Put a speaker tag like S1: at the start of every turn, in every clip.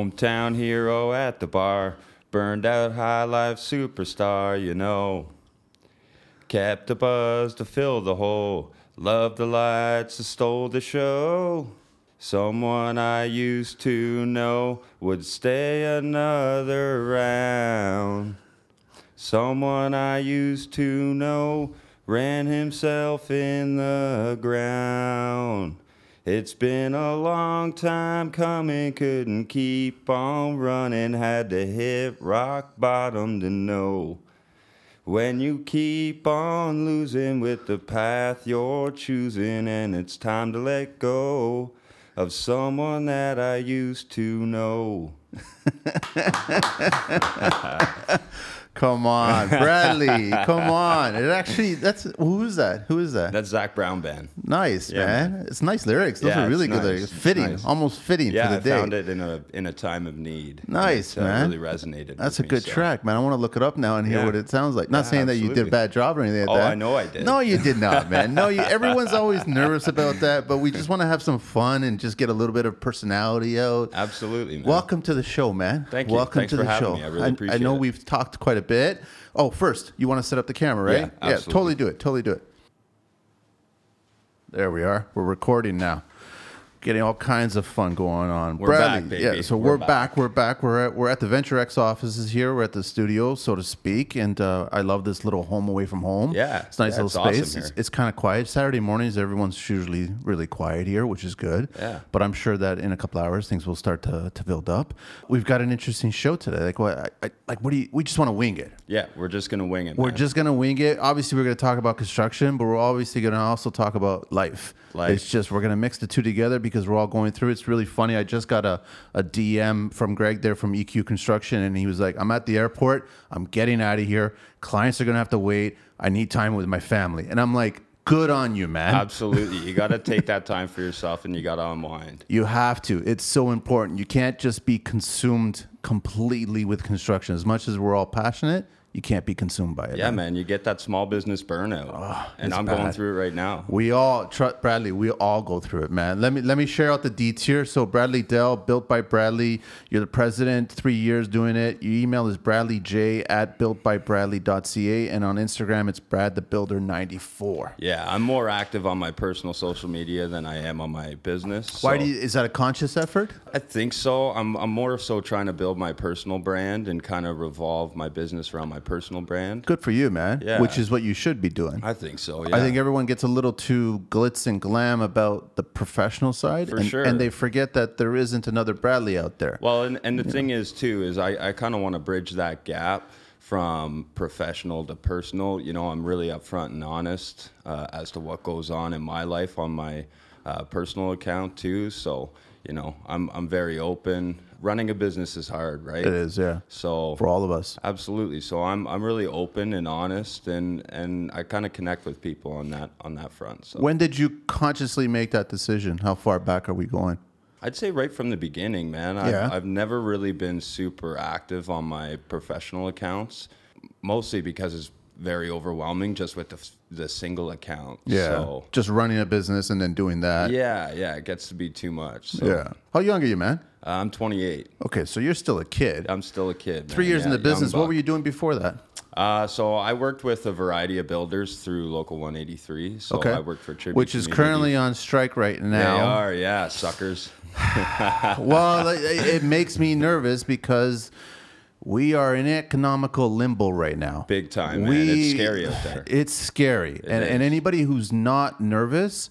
S1: Hometown hero at the bar, burned out high life superstar, you know. Kept the buzz to fill the hole, loved the lights that stole the show. Someone I used to know would stay another round. Someone I used to know ran himself in the ground. It's been a long time coming, couldn't keep on running, had to hit rock bottom to know. When you keep on losing with the path you're choosing, and it's time to let go of someone that I used to know.
S2: Come on, Bradley. come on. It actually that's who is that? Who is that?
S1: That's Zach Brown Band.
S2: nice,
S1: Yeah,
S2: man.
S1: man.
S2: It's nice lyrics. Those
S1: Yeah,
S2: are really
S1: it's
S2: good
S1: nice.
S2: lyrics.
S1: It's
S2: Fitting,
S1: nice.
S2: almost fitting
S1: Yeah,
S2: for
S1: I
S2: the day.
S1: found it in a in a time of need.
S2: Nice,
S1: It, uh,
S2: man.
S1: Really resonated.
S2: That's a
S1: with me,
S2: good
S1: so-
S2: track, man. I want to look it up now and hear
S1: Yeah.
S2: what it sounds like. Not
S1: Yeah,
S2: saying that you did a
S1: absolutely.
S2: bad job or anything like
S1: Oh,
S2: that.
S1: I know I did.
S2: No, you did not, man. No, you, everyone's always nervous about that, but we just want to have some fun and just get a little bit of personality out.
S1: Absolutely, man.
S2: Welcome to the show, man.
S1: Thank you.
S2: Welcome
S1: Thanks
S2: to
S1: for
S2: the
S1: having
S2: show.
S1: me. I really
S2: I
S1: appreciate
S2: know
S1: it.
S2: we've talked quite a bit. Oh, first, you want to set up the camera,
S1: Yeah,
S2: right?
S1: absolutely.
S2: totally do it. Totally do it. There we are. We're recording now. Getting all kinds of fun going on.
S1: We're
S2: Bradley,
S1: back,
S2: yeah.
S1: baby.
S2: So we're,
S1: We're
S2: back.
S1: back.
S2: We're back. We're at, we're at the Venture X offices here. We're at the studio, so to speak. And uh, I love this little home away from home.
S1: Yeah.
S2: it's a nice
S1: Yeah,
S2: little
S1: it's awesome
S2: space.
S1: here.
S2: it's it's kind of quiet. Saturday mornings, everyone's usually really quiet here, which is good.
S1: Yeah.
S2: But I'm sure that in a couple hours, things will start to, to build up. We've got an interesting show today. Like what? I, I, like what do you? We just want to wing it.
S1: Yeah, we're just gonna wing it.
S2: We're
S1: man.
S2: just gonna wing it. Obviously, we're gonna talk about construction, but we're obviously gonna also talk about life.
S1: Life.
S2: It's just we're gonna mix the two together because we're all going through. It's really funny. I just got a, a DM from Greg there from EQ Construction, and he was like, "I'm at the airport. I'm getting out of here. Clients are gonna have to wait. I need time with my family." And I'm like, "Good on you, man."
S1: absolutely. You gotta take that time for yourself, and you gotta unwind.
S2: You have to. It's so important. You can't just be consumed completely with construction. As much as we're all passionate, you can't be consumed by it.
S1: Yeah, man. You get that small business burnout, and
S2: it's
S1: I'm
S2: bad.
S1: going through it right now.
S2: We all, tr- Bradley. We all go through it, man. Let me let me share out the deets here. So Bradley Dell, built by Bradley. You're the president. Three years doing it. Your email is bradleyj at builtbybradley.ca, and on Instagram it's Brad the Builder ninety four.
S1: Yeah, I'm more active on my personal social media than I am on my business.
S2: Why
S1: so-
S2: do you, is that a conscious effort?
S1: I think so. I'm, I'm more so trying to build my personal brand and kind of revolve my business around my personal brand.
S2: Good for you, man.
S1: Yeah.
S2: Which is what you should be doing.
S1: I think so. Yeah.
S2: I think everyone gets a little too glitz and glam about the professional side,
S1: For
S2: and,
S1: sure.
S2: and they forget that there isn't another Bradley out there.
S1: Well, and, and the thing is, too, is I, I kind of want to bridge that gap from professional to personal. You know, I'm really upfront and honest uh, as to what goes on in my life on my uh, personal account, too. So, you know, I'm, I'm very open. Running a business is hard, right?
S2: it is, yeah,
S1: So,
S2: for all of us.
S1: Absolutely. So I'm I'm really open and honest, and and I kind of connect with people on that on that front. So
S2: When did you consciously make that decision? How far back are we going?
S1: I'd say right from the beginning, man. I've,
S2: Yeah.
S1: I've never really been super active on my professional accounts, mostly because it's very overwhelming just with the f- the single account. So,
S2: just running a business and then doing that.
S1: yeah, yeah, it gets to be too much. So,
S2: Yeah. How young are you, man?
S1: I'm 28.
S2: Okay, so you're still a kid.
S1: I'm still a kid.
S2: Three years in the business. What were you doing before that?
S1: Uh, so I worked with a variety of builders through Local 183. So
S2: Okay.
S1: I worked for Tribute
S2: Which is
S1: Community.
S2: currently on strike right
S1: They
S2: now.
S1: are, yeah, suckers.
S2: well, it, it makes me nervous because we are in economical limbo right now.
S1: Big time, man. It's scary out there.
S2: It's scary. and, and
S1: is.
S2: anybody who's not nervous,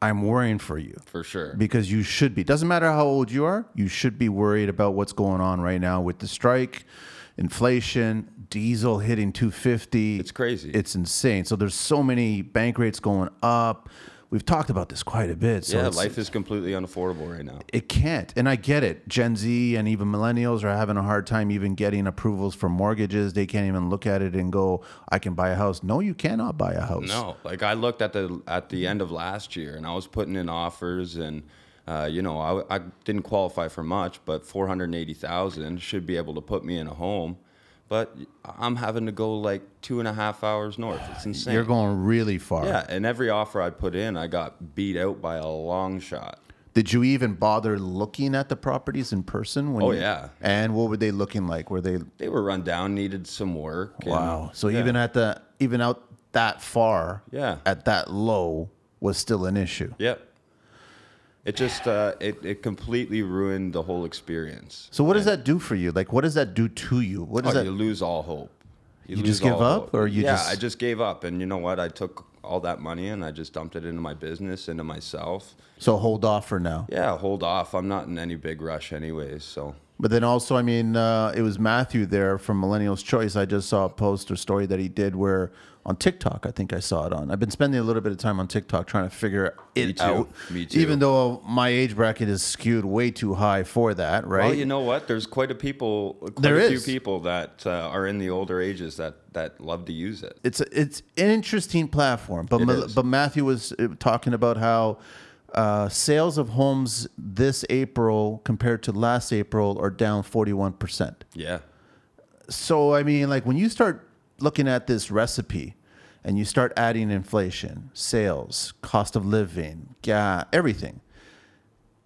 S2: I'm worrying for you.
S1: For sure.
S2: because you should be. Doesn't matter how old you are, you should be worried about what's going on right now with the strike, inflation, diesel hitting 250.
S1: It's crazy.
S2: It's insane. So there's so many bank rates going up. We've talked about this quite a bit. So
S1: yeah,
S2: it's-
S1: life is completely unaffordable right now.
S2: it can't. And I get it. Gen Z and even millennials are having a hard time even getting approvals for mortgages. They can't even look at it and go, I can buy a house. No, you cannot buy a house.
S1: No, like I looked at the at the end of last year, and I was putting in offers, and uh, you know, I, I didn't qualify for much, but four hundred eighty thousand should be able to put me in a home. But I'm having to go like two and a half hours north. It's insane.
S2: You're going really far.
S1: yeah, and every offer I put in, I got beat out by a long shot.
S2: Did you even bother looking at the properties in person? When
S1: Oh,
S2: you-
S1: yeah.
S2: And what were they looking like? Were they
S1: They were run down, needed some work. and-
S2: wow? So
S1: yeah.
S2: even at the even out that far,
S1: Yeah.
S2: at that low was still an issue.
S1: Yep. It just uh, it it completely ruined the whole experience.
S2: So what does that do for you? Like, what does that do to you? What
S1: Oh,
S2: does
S1: you
S2: that?
S1: lose all hope.
S2: You
S1: lose
S2: just give
S1: all
S2: up, or you
S1: yeah,
S2: just-
S1: I just gave up, and you know what? I took all that money and I just dumped it into my business, into myself.
S2: So hold off for now.
S1: Yeah, hold off. I'm not in any big rush, anyways. So
S2: But then also, I mean, uh, it was Matthew there from Millennials Choice. I just saw a post or story that he did where on TikTok, I think I saw it on. I've been spending a little bit of time on TikTok trying to figure it
S1: Me too.
S2: out.
S1: Me too.
S2: Even though my age bracket is skewed way too high for that, right?
S1: Well, you know what? There's quite a people, quite
S2: There
S1: a
S2: is.
S1: few people that uh, are in the older ages that that love to use it.
S2: it's it's an interesting platform. But
S1: It
S2: Mil-
S1: is.
S2: but Matthew was uh, talking about how uh, sales of homes this April compared to last April are down forty one percent.
S1: Yeah,
S2: so I mean, like when you start looking at this recipe and you start adding inflation, sales, cost of living, yeah, everything,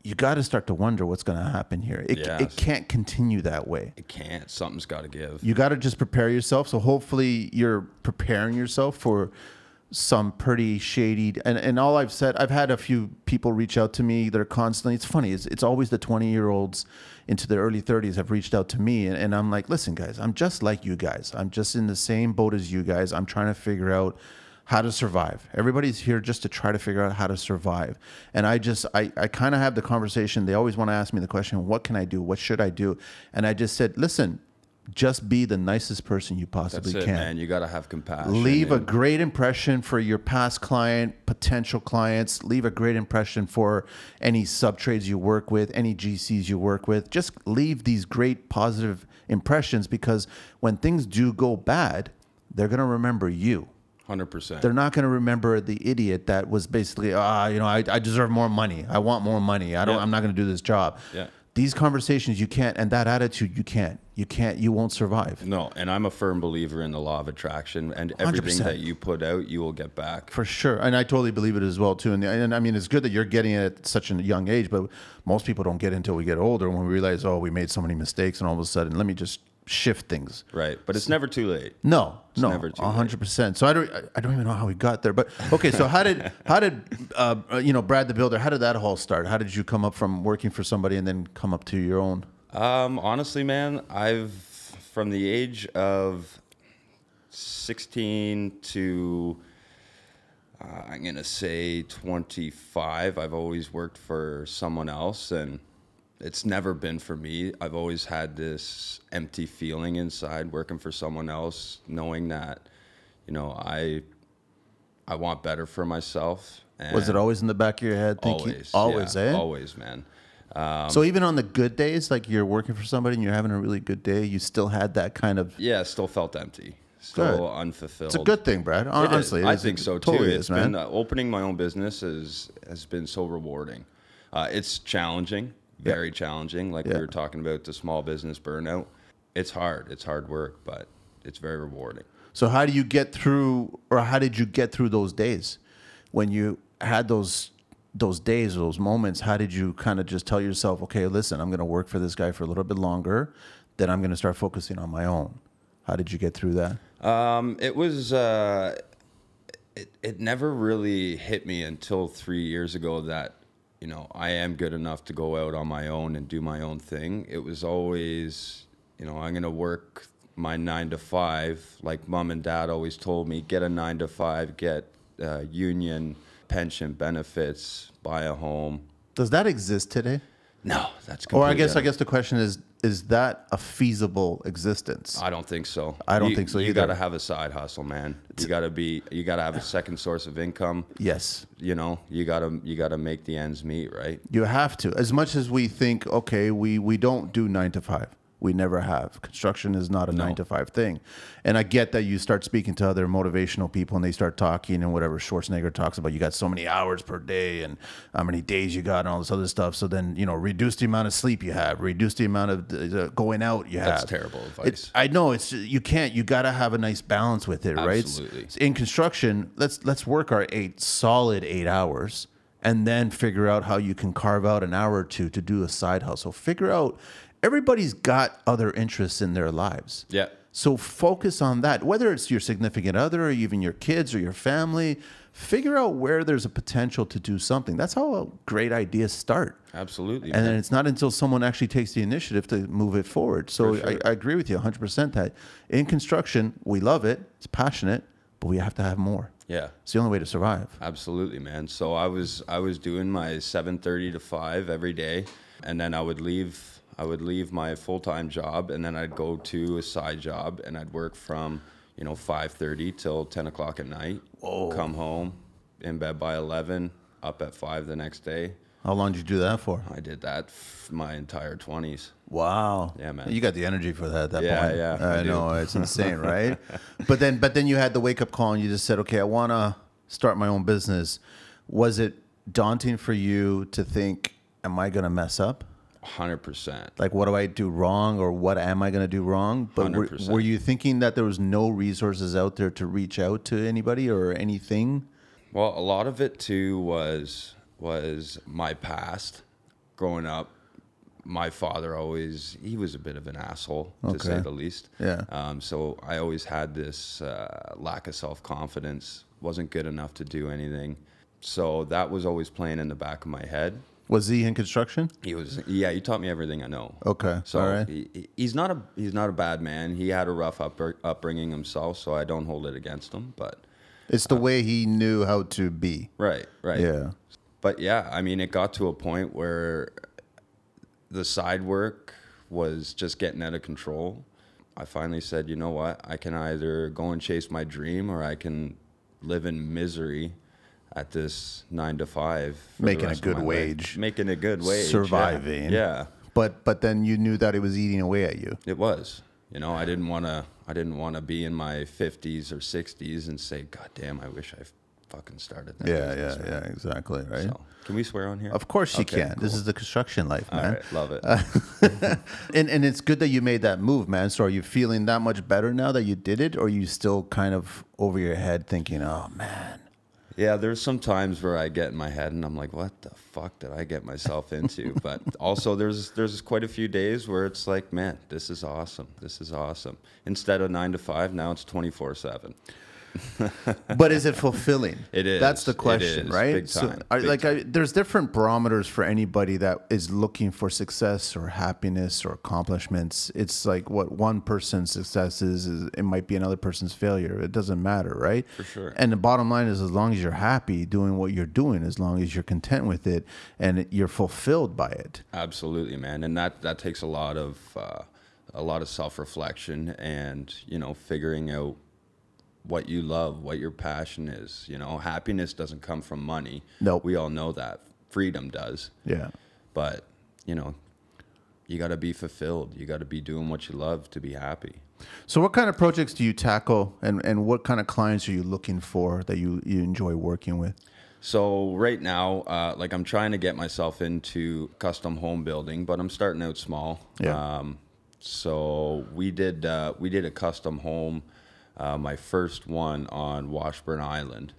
S2: you got to start to wonder what's going to happen here. It, it
S1: Yes.
S2: can't continue that way.
S1: it can't. Something's got to give.
S2: You got to just prepare yourself. So hopefully you're preparing yourself for some pretty shady and, and all I've said I've had a few people reach out to me they're constantly it's funny it's, it's always the 20 year olds into their early 30s have reached out to me and, and I'm like listen guys I'm just like you guys I'm just in the same boat as you guys I'm trying to figure out how to survive everybody's here just to try to figure out how to survive and I just I, I kind of have the conversation they always want to ask me the question what can I do what should I do and I just said listen just be the nicest person you possibly
S1: That's it,
S2: can
S1: man. You got to have compassion.
S2: leave a
S1: and-
S2: great impression for your past client potential clients leave a great impression for any sub trades you work with any gcs you work with just leave these great positive impressions because when things do go bad they're going to remember you
S1: hundred percent.
S2: they're not going to remember the idiot that was basically ah you know I, I deserve more money i want more money i don't
S1: Yeah.
S2: i'm not going to do this job
S1: Yeah.
S2: these conversations you can't and that attitude you can't you can't you won't survive
S1: No, and I'm a firm believer in the law of attraction, and everything
S2: 100%.
S1: that you put out, you will get back.
S2: For sure, and I totally believe it as well too. And, and I mean, it's good that you're getting it at such a young age, but most people don't get it until we get older when we realize, oh, we made so many mistakes, and all of a sudden, let me just shift things.
S1: Right, but it's never too late.
S2: No, no,
S1: never too late.
S2: hundred percent. So I don't, I- I don't even know how we got there, but okay. So how did, how did, uh, uh, you know, Brad the Builder? How did that all start? How did you come up from working for somebody and then come up to your own?
S1: Um, honestly, man, I've from the age of 16 to uh, I'm gonna say 25, I've always worked for someone else, and it's never been for me. I've always had this empty feeling inside working for someone else, knowing that you know I I want better for myself. And
S2: Was it always in the back of your head? Thinking,
S1: Eh. always?
S2: always,
S1: yeah,
S2: eh?
S1: Always, man.
S2: So even on the good days, like you're working for somebody and you're having a really good day, you still had that kind of
S1: Yeah, still felt empty, still
S2: Good.
S1: unfulfilled.
S2: It's a good thing, Brad. Hon-
S1: It is.
S2: Honestly, it
S1: I
S2: is.
S1: think so
S2: It
S1: too.
S2: Totally
S1: It's
S2: is, man.
S1: been uh, opening my own business is has been so rewarding. Uh, it's challenging, very challenging. Like
S2: Yeah.
S1: we were talking about the small business burnout. It's hard. It's hard work, but it's very rewarding.
S2: so how do you get through, or how did you get through those days when you had those those days, those moments? How did you kind of just tell yourself, okay, listen, I'm going to work for this guy for a little bit longer, then I'm going to start focusing on my own. How did you get through that?
S1: Um, it was. Uh, it it never really hit me until three years ago that you know I am good enough to go out on my own and do my own thing. It was always you know I'm gonna work my nine to five like mom and dad always told me get a nine to five get uh, union pension benefits buy a home
S2: Does that exist today?
S1: no that's
S2: Or I
S1: completely
S2: guess,
S1: out
S2: I
S1: of-
S2: guess the question is, is that a feasible existence?
S1: I don't think so.
S2: I don't
S1: You-
S2: think so
S1: You
S2: either.
S1: got to have a side hustle, man. You got to be. You got to have a second source of income.
S2: yes.
S1: you know you gotta you gotta make the ends meet right
S2: You have to. As much as we think, okay, we, we don't do nine to five. We never have. Construction is not a nine to five thing. And I get that you start speaking to other motivational people and they start talking and whatever Schwarzenegger talks about, you got so many hours per day and how many days you got and all this other stuff. So then, you know, reduce the amount of sleep you have, reduce the amount of uh, going out you
S1: That's
S2: have.
S1: terrible advice.
S2: It's- I know it's you can't. You got to have a nice balance with it, right?
S1: Absolutely.
S2: in construction, let's let's work our eight solid eight hours and then figure out how you can carve out an hour or two to do a side hustle. Figure out everybody's got other interests in their lives.
S1: Yeah.
S2: So focus on that, whether it's your significant other or even your kids or your family. Figure out where there's a potential to do something. That's how great ideas start.
S1: Absolutely.
S2: And
S1: man.
S2: then it's not until someone actually takes the initiative to move it forward. So
S1: For sure.
S2: I, I agree with you 100% that in construction, we love it, it's passionate, but we have to have more.
S1: yeah.
S2: It's the only way to survive.
S1: Absolutely, man. So I was I was doing my 7:30 to 5 every day and then I would leave I would leave my full-time job and then I'd go to a side job and I'd work from, you know, 5:30 till 10 o'clock at night. Come home, in bed by 11, up at 5 the next day.
S2: How long did you do that for?
S1: I did that f- my entire 20s.
S2: Wow.
S1: Yeah, man.
S2: You got the energy for that at that
S1: Yeah,
S2: point.
S1: yeah, I
S2: I,
S1: do.
S2: know, it's insane, right? but then but then you had the wake up call and you just said, Okay, I wanna start my own business. Was it daunting for you to think, Am I gonna mess up?
S1: 100%.
S2: like what do I do wrong or what am I going to do wrong? But were,
S1: 100%.
S2: were you thinking that there was no resources out there to reach out to anybody or anything?
S1: Well, a lot of it too was was my past. Growing up, my father always he was a bit of an asshole to say
S2: Okay.
S1: the least.
S2: Yeah.
S1: Um, so I always had this uh, lack of self confidence. wasn't good enough to do anything. So that was always playing in the back of my head.
S2: Was he in construction?
S1: He was yeah. He taught me everything I know.
S2: Okay,
S1: So
S2: Oh, all right.
S1: he- he, he's not a he's not a bad man. He had a rough upbr- upbringing himself, so I don't hold it against him. But
S2: It's the way he knew how to be.
S1: right, uh, right.
S2: Yeah.
S1: but yeah, I mean, it got to a point where the side work was just getting out of control. I finally said, you know what? I can either go and chase my dream or I can live in misery at this nine to five. for the
S2: Making a
S1: rest of
S2: good
S1: my life."
S2: wage.
S1: Making a good wage. yeah.
S2: Surviving.
S1: yeah.
S2: But but then you knew that it was eating away at you.
S1: It was. You know, I didn't want to. I didn't want to be in my fifties or sixties and say, "God damn, I wish I fucking started that." business," right?
S2: exactly, right?
S1: So, can we swear on here?
S2: Of course you
S1: Okay,
S2: can. This is the construction life,
S1: All
S2: man.
S1: right, love it.
S2: And and it's good that you made that move, man. So are you feeling that much better now that you did it or are you still kind of over your head thinking, "Oh man,
S1: Yeah, there's some times where I get in my head and I'm like, what the fuck did I get myself into? but also there's there's quite a few days where it's like, man, this is awesome. This is awesome. Instead of 9 to 5, now it's 24/7.
S2: but is it fulfilling?
S1: It is.
S2: That's the
S1: It
S2: question,
S1: is.
S2: right?
S1: Big time.
S2: I,
S1: Big
S2: like, I, there's different barometers for anybody that is looking for success or happiness or accomplishments. It's like what one person's success is, is it might be another person's failure. It doesn't matter, right? For
S1: sure.
S2: And the bottom line is, as long as you're happy doing what you're doing, as long as you're content with it, and you're fulfilled by it.
S1: Absolutely, man. And that that takes a lot of uh, a lot of self-reflection and, you know, figuring out what you love, what your passion is. You know, happiness doesn't come from money.
S2: Nope.
S1: We all know that. Freedom does.
S2: Yeah.
S1: but you know you got to be fulfilled you got to be doing what you love to be happy
S2: So, what kind of projects do you tackle, and and what kind of clients are you looking for that you you enjoy working with?
S1: so right now uh, like i'm trying to get myself into custom home building but i'm starting out small
S2: Yeah.
S1: um, so we did uh, we did a custom home uh, my first one on washburn island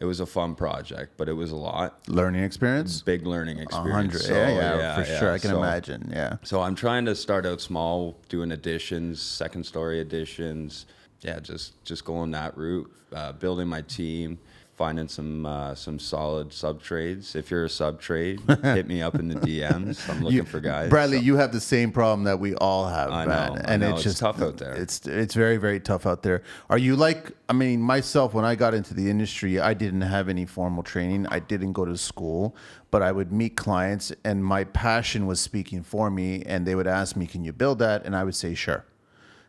S1: it was a fun project but it was a lot
S2: Learning experience.
S1: big learning experience
S2: hundred.
S1: So,
S2: yeah, yeah, for
S1: yeah.
S2: sure. I can
S1: So-
S2: imagine. Yeah.
S1: So I'm trying to start out small, doing additions, second story additions. Yeah, just just going that route, uh, building my team, finding some uh, some solid sub trades. If you're a sub trade, hit me up in the DMs. I'm looking for guys.
S2: Bradley, you have the same problem that we all have,
S1: I
S2: man.
S1: know, I
S2: and
S1: know.
S2: it's
S1: It's
S2: just
S1: tough out there.
S2: It's it's very very tough out there. Are you like? I mean, myself when I got into the industry, I didn't have any formal training. I didn't go to school, but I would meet clients, and my passion was speaking for me. And they would ask me, "Can you build that?" And I would say, "Sure,"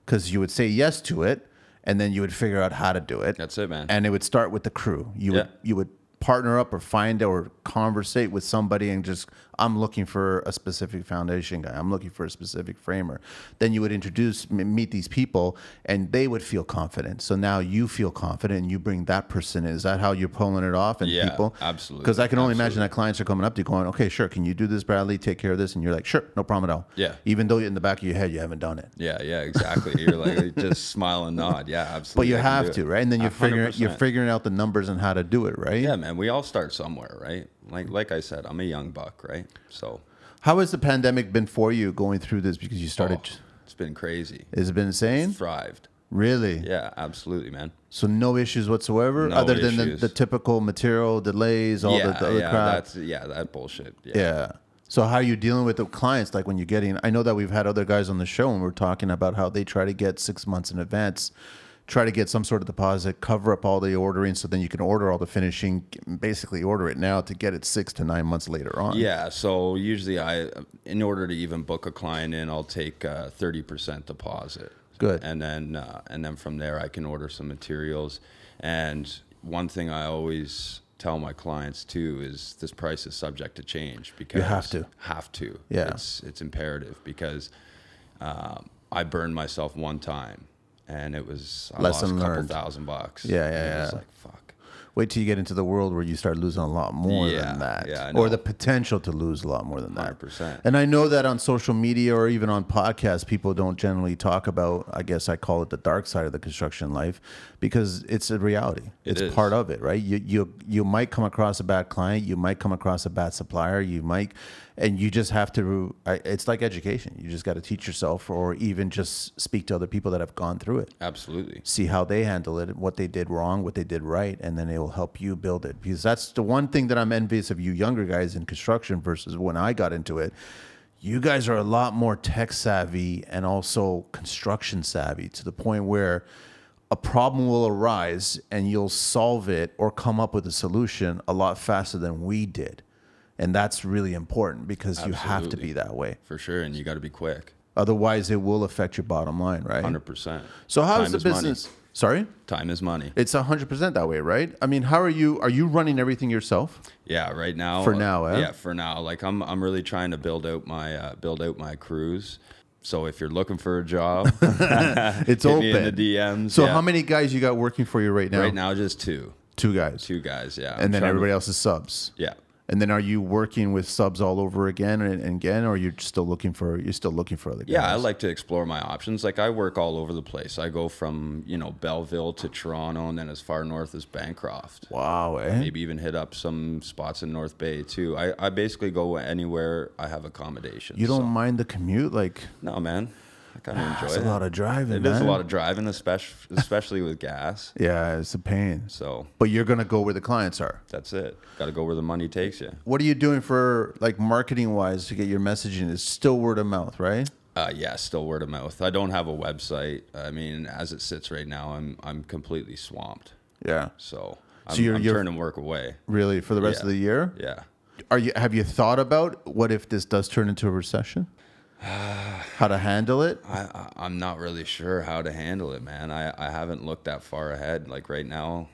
S2: because you would say yes to it, and then you would figure out how to do it.
S1: That's it, man.
S2: And it would start with the crew. You would
S1: Yeah.
S2: you would partner up or find or conversate with somebody and just I'm looking for a specific foundation guy. I'm looking for a specific framer. Then you would introduce m- meet these people and they would feel confident. So now you feel confident and you bring that person in. Is that how you're pulling it off and
S1: Yeah,
S2: people?
S1: absolutely,
S2: Because I can only imagine that clients are coming up to you going, okay, sure, can you do this, Bradley? Take care of this. And you're like, sure, no problem at all.
S1: Yeah.
S2: Even though in the back of your head you haven't done it.
S1: yeah, yeah, exactly. You're like just smile and nod. Yeah,
S2: But
S1: absolutely.
S2: you
S1: I can
S2: have
S1: do it.
S2: to, right? And then you're figuring you're
S1: 100%.
S2: figuring out the numbers and how to do it, right?
S1: Yeah, man. We all start somewhere, right? Like like I said, I'm a young buck, right? So
S2: How has the pandemic been for you going through this? Because you started,
S1: oh, it's been crazy.
S2: has it been insane?
S1: Thrived.
S2: Really?
S1: Yeah, absolutely, man.
S2: So no issues whatsoever,
S1: No
S2: other than
S1: issues.
S2: the, the typical material delays, all
S1: yeah,
S2: the, the other
S1: yeah,
S2: crap.
S1: that's yeah, that bullshit. Yeah.
S2: Yeah. So how are you dealing with the clients? Like when you're getting, I know that we've had other guys on the show and we're talking about how they try to get six months in advance, try to get some sort of deposit, cover up all the ordering, so then you can order all the finishing, basically order it now to get it six to nine months later on.
S1: Yeah, so usually I, in order to even book a client in, I'll take uh, thirty percent deposit.
S2: Good.
S1: And then uh, and then from there I can order some materials. And one thing I always tell my clients too is this price is subject to change because
S2: have to.
S1: have to.
S2: Yeah.
S1: It's it's imperative because um, I burned myself one time and it was I
S2: Lesson
S1: lost a couple
S2: learned.
S1: thousand bucks.
S2: Yeah,
S1: And
S2: yeah,
S1: It was
S2: yeah.
S1: like fuck.
S2: Wait till you get into the world where you start losing a lot more
S1: Yeah,
S2: than that,
S1: yeah, I
S2: or
S1: know.
S2: the potential to lose a lot more than that.
S1: 100%.
S2: And I know that on social media or even on podcasts, people don't generally talk about. I guess I call it the dark side of the construction life because it's a reality.
S1: It
S2: it's
S1: is.
S2: part of it, right? You you you might come across a bad client, you might come across a bad supplier, you might, and you just have to. I- It's like education. You just got to teach yourself, or even just speak to other people that have gone through it
S1: Absolutely.
S2: see how they handle it, what they did wrong, what they did right, and then it will help you build it. Because that's the one thing that I'm envious of you younger guys in construction versus when I got into it. You guys are a lot more tech savvy and also construction savvy to the point where a problem will arise and you'll solve it or come up with a solution a lot faster than we did. And that's really important because you have to
S1: Absolutely.
S2: be that way.
S1: For sure. And you gotta be quick.
S2: Otherwise, it will affect your bottom line, right?
S1: Hundred percent.
S2: So, how
S1: Time
S2: is the
S1: is money.
S2: business? Sorry?
S1: Time is money.
S2: It's hundred percent that way, right? I mean, how are you? Are you running everything yourself?
S1: Yeah, right now. uh,
S2: For now, eh?
S1: Yeah, for now. Like I'm, I'm really trying to build out my, uh, build out my crews. So if you're looking for a job,
S2: It's
S1: Hit
S2: open.
S1: me in the DMs,
S2: So
S1: yeah.
S2: how many guys you got working for you right now?
S1: right now just two,
S2: two guys,
S1: two guys. Yeah, I'm
S2: and
S1: trying
S2: then
S1: to-
S2: everybody else is subs.
S1: Yeah,
S2: And then are you working with subs all over again and, and again, or you're still looking for you're still looking for other guys?
S1: yeah. I like to explore my options. Like I work all over the place. I go from you know Belleville to Toronto, and then as far north as Bancroft.
S2: Wow, eh?
S1: Maybe even hit up some spots in North Bay too. I, I basically go anywhere I have accommodations.
S2: You don't Ah,
S1: so-
S2: mind the commute? Like
S1: no man. I kind of enjoy
S2: that's a
S1: it.
S2: lot of driving.
S1: Oh, It is a lot of driving, especially especially with gas.
S2: Yeah, it's a pain.
S1: So
S2: But you're gonna go where the clients are.
S1: that's it. Got to go where the money takes you.
S2: What are you doing for like marketing wise to get your messaging? It's still word of mouth, right?
S1: Uh, yeah, still word of mouth. I don't have a website. I mean, as it sits right now, I'm I'm completely swamped.
S2: Yeah.
S1: So I'm,
S2: you're-
S1: I'm
S2: you're-
S1: turning work away.
S2: Really, for the rest
S1: Yeah.
S2: of the year?
S1: Yeah.
S2: Are you have you thought about what if this does turn into a recession? How to handle it?
S1: I, I, I'm not really sure how to handle it, man. I, I haven't looked that far ahead. Like right now,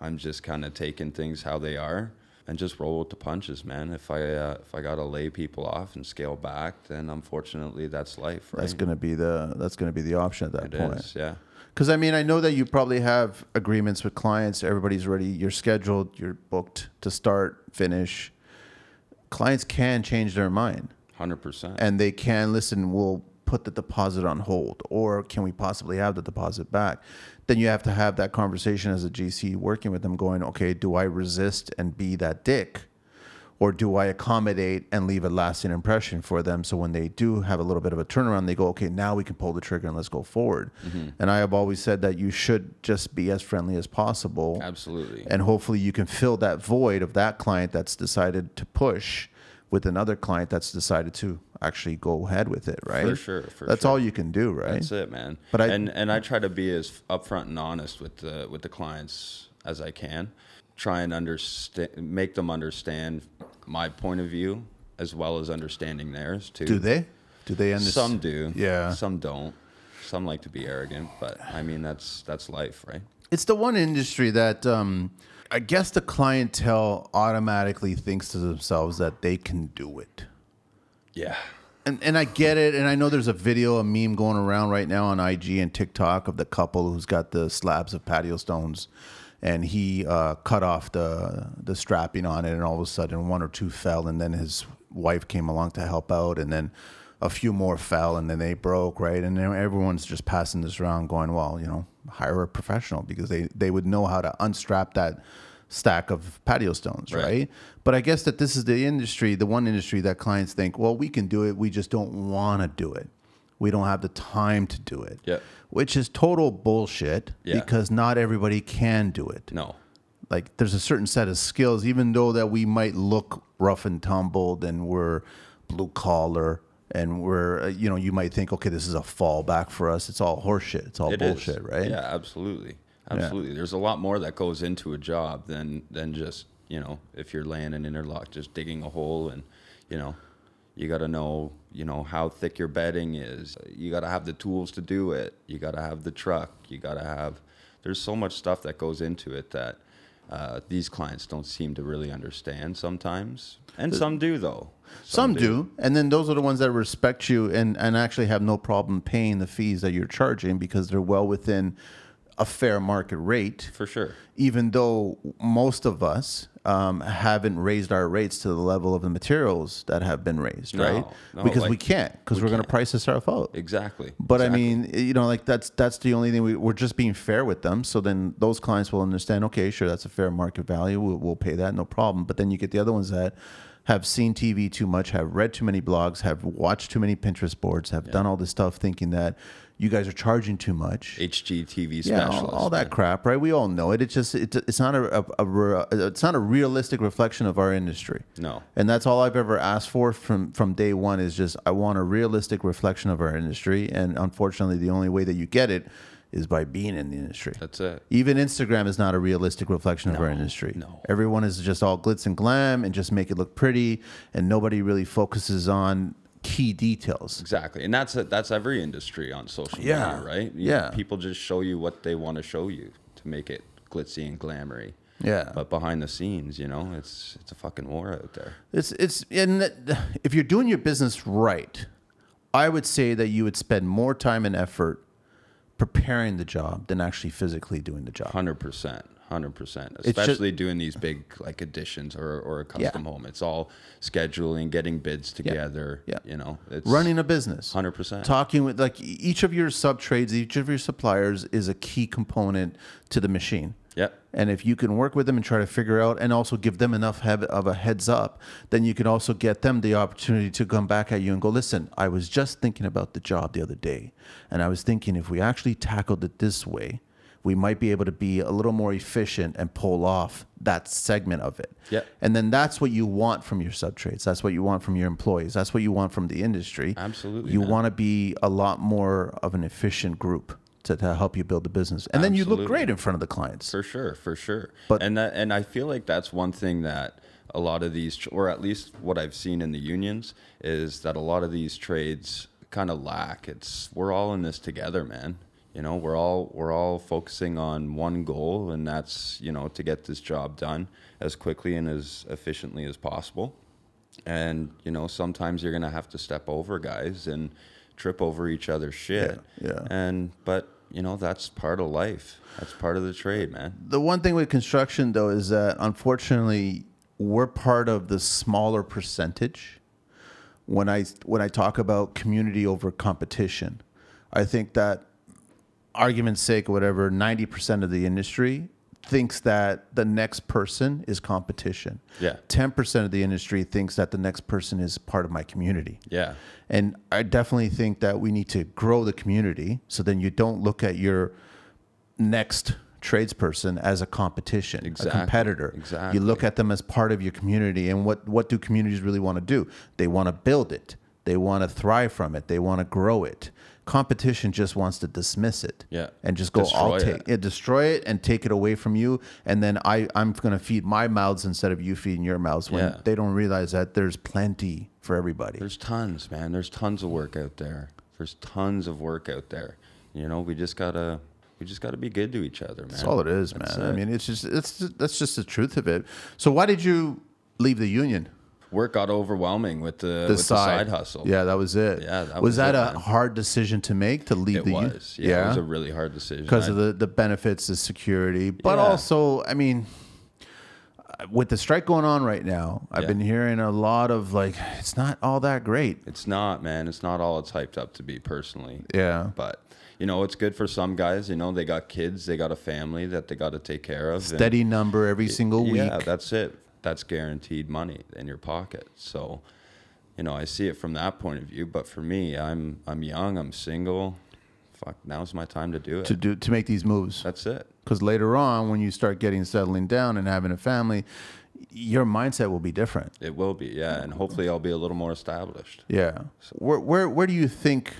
S1: I'm just kind of taking things how they are and just roll with the punches, man. If I uh, if I gotta lay people off and scale back, then unfortunately that's life, right?
S2: That's gonna be the that's gonna be the option at that
S1: It
S2: point.
S1: is, yeah.
S2: Because I mean, I know that you probably have agreements with clients. Everybody's ready. You're scheduled. You're booked to start, finish. Clients can change their mind,
S1: Hundred percent.
S2: and they can listen. We'll put the deposit on hold, or can we possibly have the deposit back? Then you have to have that conversation as a GC, working with them, going, okay, do I resist and be that dick? or do I accommodate and leave a lasting impression for them? So when they do have a little bit of a turnaround, they go, okay, now we can pull the trigger and let's go forward. And I have always said that you should just be as friendly as possible.
S1: Absolutely.
S2: And hopefully you can fill that void of that client that's decided to push with another client that's decided to actually go ahead with it, right?
S1: sure, for
S2: that's
S1: sure.
S2: all you can do, right?
S1: That's it, man.
S2: But I-
S1: and and I try to be as upfront and honest with the with the clients as I can. Try and understand, make them understand my point of view as well as understanding theirs too.
S2: do they? Do they understand?
S1: Some do,
S2: Yeah.
S1: Some don't. Some like to be arrogant, but I mean that's that's life, right?
S2: It's the one industry that um, I guess the clientele automatically thinks to themselves that they can do it.
S1: Yeah,
S2: And, and I get it. And I know there's a video, a meme going around right now on IG and TikTok of the couple who's got the slabs of patio stones and he uh, cut off the, the strapping on it. And all of a sudden, one or two fell. And then his wife came along to help out. And then a few more fell. And then they broke, right? And then everyone's just passing this around going, well, you know, hire a professional because they, they would know how to unstrap that stack of patio stones,
S1: Right.
S2: right? But I guess that this is the industry, the one industry that clients think, well, we can do it. We just don't want to do it. We don't have the time to do it.
S1: Yeah.
S2: Which is total bullshit
S1: Yeah.
S2: because not everybody can do it
S1: No.
S2: like there's a certain set of skills even though that we might look rough and tumbled and we're blue collar and we're uh, you know you might think okay this is a fallback for us it's all horseshit it's all
S1: It is.
S2: bullshit right
S1: Yeah, absolutely. Absolutely. There's a lot more that goes into a job than than just, you know, if you're laying an interlock, just digging a hole and, you know, you got to know, you know, how thick your bedding is. You got to have the tools to do it. You got to have the truck. You got to have There's so much stuff that goes into it that uh, these clients don't seem to really understand sometimes. And some do though.
S2: some do and then those are the ones that respect you and and actually have no problem paying the fees that you're charging because they're well within a fair market rate
S1: For sure.
S2: even though most of us um, haven't raised our rates to the level of the materials that have been raised,
S1: No,
S2: right?
S1: no,
S2: because
S1: like,
S2: we can't, because we are going to price ourselves out.
S1: Exactly.
S2: But
S1: exactly.
S2: I mean, you know, like that's that's the only thing we, we're just being fair with them. So then those clients will understand. Okay, sure, that's a fair market value. We'll, we'll pay that, no problem. But then you get the other ones that have seen TV too much, have read too many blogs, have watched too many Pinterest boards, have done all this stuff, thinking that you guys are charging too much
S1: HGTV specialist.
S2: yeah, all, all that crap, right? We all know it. It's just it's it's not a, a, a re- it's not a realistic reflection of our industry.
S1: No.
S2: and that's all I've ever asked for from from day one is just I want a realistic reflection of our industry, and unfortunately, the only way that you get it is by being in the industry.
S1: That's it.
S2: Even Instagram is not a realistic reflection of our industry.
S1: no.
S2: Everyone is just all glitz and glam and just make it look pretty, and nobody really focuses on key details.
S1: Exactly, and that's that's every industry on social
S2: Yeah.
S1: media, right?
S2: Yeah.
S1: people just show you what they want to show you to make it glitzy and glamory.
S2: Yeah.
S1: but behind the scenes, you know, it's it's a fucking war out there.
S2: It's it's and that- if you're doing your business right, I would say that you would spend more time and effort preparing the job than actually physically doing the job.
S1: Hundred percent, hundred percent.
S2: just-
S1: Especially doing these big like additions or or a custom home. It's all scheduling, getting bids together.
S2: Yeah.
S1: you know, it's
S2: Running a business,
S1: hundred percent.
S2: talking with like e- each of your sub trades, each of your suppliers is a key component to the machine.
S1: Yep.
S2: And if you can work with them and try to figure out, and also give them enough hev- of a heads up, then you can also get them the opportunity to come back at you and go, listen, I was just thinking about the job the other day. And I was thinking if we actually tackled it this way, we might be able to be a little more efficient and pull off that segment of it.
S1: Yeah.
S2: And then that's what you want from your sub trades. That's what you want from your employees. That's what you want from the industry.
S1: Absolutely,
S2: You
S1: man.
S2: want to be a lot more of an efficient group to, to help you build the business. And then you look
S1: Absolutely.
S2: great in front of the clients.
S1: For sure, for sure.
S2: But-
S1: and that and I feel like that's one thing that a lot of these tr- or at least what I've seen in the unions is that a lot of these trades kind of lack. It's we're all in this together, man. You know, we're all we're all focusing on one goal and that's, you know, to get this job done as quickly and as efficiently as possible. And, you know, sometimes you're going to have to step over guys and trip over each other's shit.
S2: Yeah, yeah.
S1: And but, you know, that's part of life. That's part of the trade, man.
S2: the one thing with construction though is that unfortunately we're part of the smaller percentage when i when i talk about community over competition i think that argument's sake or whatever 90% of the industry thinks that the next person is competition
S1: Yeah.
S2: 10% of the industry thinks that the next person is part of my community
S1: Yeah.
S2: and I definitely think that we need to grow the community so then you don't look at your next tradesperson as a competition,
S1: Exactly,
S2: a competitor.
S1: exactly.
S2: You look at them as part of your community and what, what do communities really want to do? They want to build it. They want to thrive from it. They want to grow it. Competition just wants to dismiss it
S1: Yeah.
S2: and just go, I'll
S1: Destroy
S2: take
S1: it.
S2: it, destroy it and take it away from you. And then I, I'm going to feed my mouths instead of you feeding your mouths when
S1: Yeah.
S2: they don't realize that there's plenty for everybody.
S1: There's tons, man. There's tons of work out there. There's tons of work out there. You know, we just gotta we just gotta be good to each other, man.
S2: That's all it is, man. I mean, it's just it's that's just the truth of it. So why did you leave the union?
S1: Work got overwhelming with the,
S2: The
S1: with
S2: side.
S1: the side hustle.
S2: Yeah, that was it.
S1: Yeah, that
S2: was,
S1: was
S2: that
S1: it,
S2: a
S1: man.
S2: hard decision to make to leave
S1: It
S2: the union?
S1: was. Yeah, It was a really hard decision.
S2: because
S1: I-
S2: of the the benefits, the security, but
S1: Yeah.
S2: also, I mean, uh, with the strike going on right now, I've
S1: Yeah.
S2: been hearing a lot of like, it's not all that great.
S1: It's not, man. It's not all it's hyped up to be personally.
S2: Yeah.
S1: But you know, it's good for some guys. You know, they got kids, they got a family that they got to take care of. and-
S2: Steady number every single week.
S1: Yeah, that's it. That's guaranteed money in your pocket. So, you know, I see it from that point of view. But for me, I'm I'm young. I'm single. Fuck, now's my time to do it.
S2: to do to make these moves.
S1: that's it.
S2: Because later on, when you start getting settling down and having a family, your mindset will be different.
S1: It will be, yeah. And hopefully, I'll be a little more established.
S2: Yeah. Where where where do you think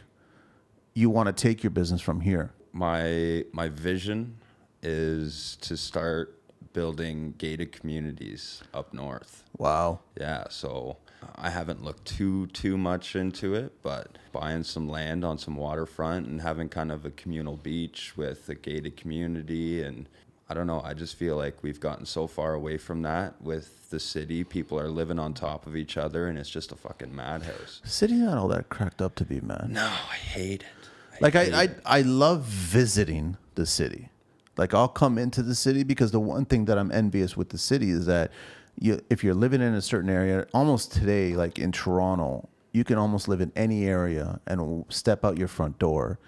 S2: you want to take your business from here?
S1: my my vision is to start building gated communities up north.
S2: Wow.
S1: Yeah, so I haven't looked too too much into it, but buying some land on some waterfront and having kind of a communal beach with a gated community and I don't know, I just feel like we've gotten so far away from that with the city. People are living on top of each other and it's just a fucking madhouse.
S2: City's not all that cracked up to be, man.
S1: No, I hate it.
S2: Like
S1: hate
S2: I, I
S1: it.
S2: I love visiting the city. Like I'll come into the city because the one thing that I'm envious with the city is that you if you're living in a certain area, almost today, like in Toronto, you can almost live in any area and w- step out your front door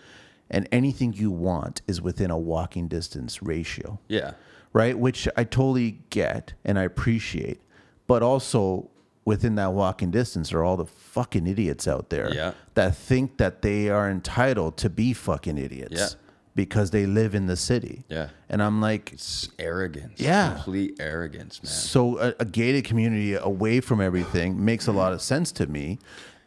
S2: and anything you want is within a walking distance ratio.
S1: Yeah.
S2: right? Which I totally get and I appreciate. But also within that walking distance are all the fucking idiots out there
S1: Yeah.
S2: that think that they are entitled to be fucking idiots
S1: Yeah.
S2: because they live in the city.
S1: Yeah.
S2: And I'm like,
S1: It's arrogance.
S2: Yeah.
S1: Complete arrogance, man.
S2: so a, a gated community away from everything makes a lot of sense to me.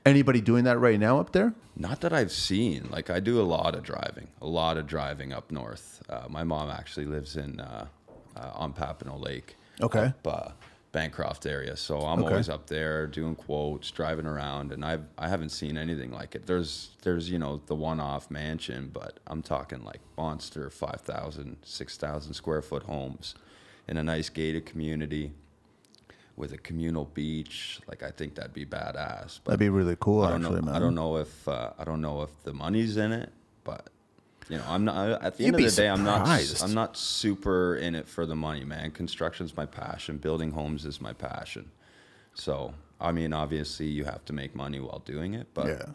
S2: Anybody doing that right now up there?
S1: Not that I've seen. Like I do a lot of driving, a lot of driving up north. Uh, my mom actually lives in uh, uh, on Papineau Lake,
S2: Okay.
S1: up, uh, Bancroft area. So I'm
S2: Okay.
S1: always up there doing quotes, driving around, and I've I haven't seen anything like it. There's there's you know the one-off mansion, but I'm talking like monster 5,000, 6,000 square foot homes in a nice gated community with a communal beach. Like I think that'd be badass. But
S2: That'd be really cool,
S1: I don't
S2: actually,
S1: know.
S2: man.
S1: I don't know if uh, I don't know if the money's in it, but you know, I'm not. I- At the
S2: You'd
S1: end
S2: be
S1: of the day, I'm not.
S2: surprised.
S1: I'm not super in it for the money, man. Construction's my passion. Building homes is my passion. So, I mean, obviously, you have to make money while doing it, but
S2: Yeah.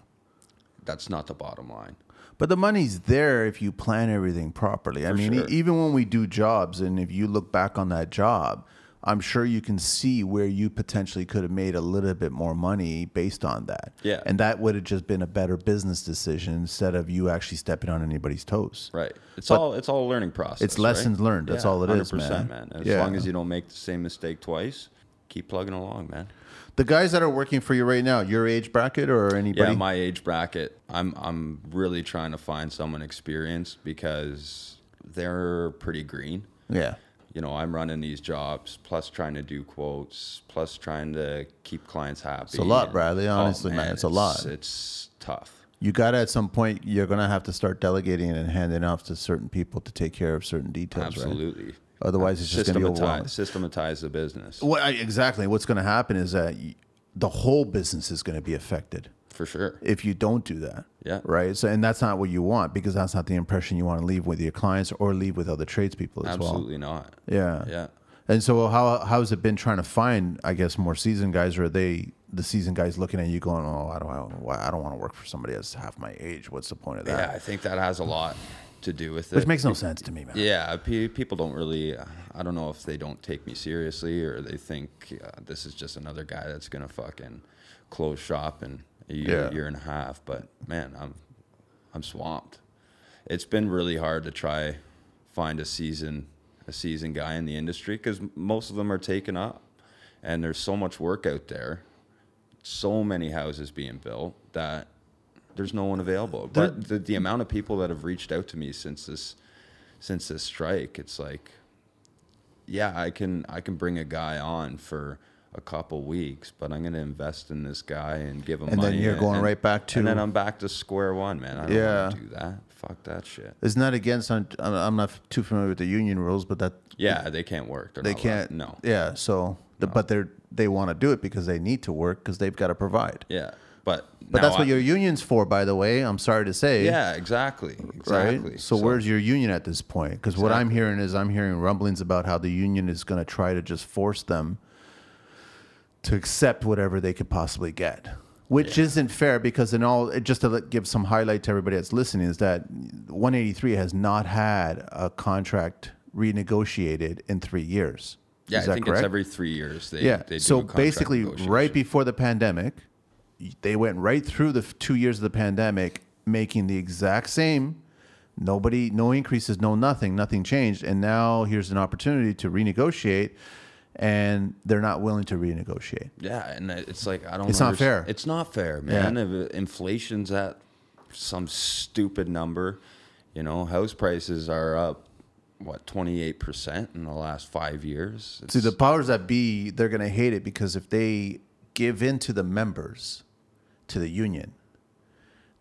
S1: that's not the bottom line.
S2: But the money's there if you plan everything properly. I
S1: For
S2: mean, e-
S1: sure.
S2: even when we do jobs, and if you look back on that job, I'm sure you can see where you potentially could have made a little bit more money based on that.
S1: Yeah.
S2: And that would have just been a better business decision instead of you actually stepping on anybody's toes.
S1: Right. It's all. It's all a learning process.
S2: It's lessons learned. That's all it
S1: it
S2: is,
S1: is,
S2: man.
S1: As
S2: Yeah.
S1: long as you don't make the same mistake twice, keep plugging along, man.
S2: The guys that are working for you right now, your age bracket or anybody?
S1: Yeah, my age bracket. I'm I'm really trying to find someone experienced because they're pretty green.
S2: yeah.
S1: You know, I'm running these jobs, plus trying to do quotes, plus trying to keep clients happy. It's
S2: a lot, Bradley. Honestly, man, it's a lot.
S1: It's tough.
S2: You got to, at some point, you're going to have to start delegating and handing off to certain people to take care of certain details, right?
S1: Absolutely.
S2: Otherwise, it's just going to be overwhelming.
S1: systematize, systematize the business
S2: Well, I, exactly. What's going to happen is that y- the whole business is going to be affected
S1: for sure.
S2: if you don't do that.
S1: Yeah.
S2: Right. So, and that's not what you want because that's not the impression you want to leave with your clients or leave with other tradespeople as well.
S1: Absolutely not.
S2: Yeah.
S1: Yeah.
S2: And so, how how has it been trying to find, I guess, more seasoned guys, or are they the seasoned guys looking at you going, "Oh, I don't, I don't, why- I don't want to work for somebody that's half my age. What's the point of that?"
S1: Yeah, I think that has a lot to do with it.
S2: Which makes no sense to me, man.
S1: Yeah, pe- people don't really. I don't know if they don't take me seriously or they think uh, this is just another guy that's gonna fucking close shop in a year,
S2: Yeah.
S1: year and a half. But man, I'm I'm swamped. It's been really hard to try find a season a seasoned guy in the industry because most of them are taken up, and there's so much work out there, so many houses being built that. There's no one available, but the, the amount of people that have reached out to me since this since this strike it's like yeah i can i can bring a guy on for a couple weeks but i'm going to invest in this guy and give him
S2: And then
S1: money
S2: you're going right back to-
S1: and then i'm back to square one man i don't
S2: Yeah.
S1: want to do that fuck that shit
S2: It's not against. I'm, I'm not too familiar with the union rules, but that
S1: yeah they can't work They're
S2: they
S1: not allowed-
S2: can't
S1: no
S2: yeah so the, but they're they want to do it because they need to work because they've got to provide
S1: yeah But now
S2: But that's what
S1: I-
S2: your union's for, by the way. I'm sorry to say.
S1: Yeah, exactly. Exactly.
S2: Right. So, where's your union at this point? Because what I'm hearing is I'm hearing rumblings about how the union is going to try to just force them to accept whatever they could possibly get, which isn't fair. Because in all, it- just to let- give some highlight to everybody that's listening, is that 183 has not had a contract renegotiated in three years.
S1: yeah,
S2: is
S1: I
S2: that
S1: think
S2: correct?
S1: it's every three years. They,
S2: yeah.
S1: They do a
S2: so
S1: contract
S2: basically,
S1: negotiation.
S2: right before the pandemic, they went right through the f- two years of the pandemic making the exact same. Nobody, no increases, no nothing, nothing changed. And now here's an opportunity to renegotiate, and they're not willing to renegotiate.
S1: Yeah, and I- it's like I don't.
S2: It's not
S1: underst-
S2: fair.
S1: It's not fair,
S2: Yeah.
S1: man. If uh, inflation's at some stupid number. You know, house prices are up what twenty eight percent in the last five years.
S2: See, the
S1: It's-
S2: powers that be, they're going to hate it because if they give in to the members, to the union,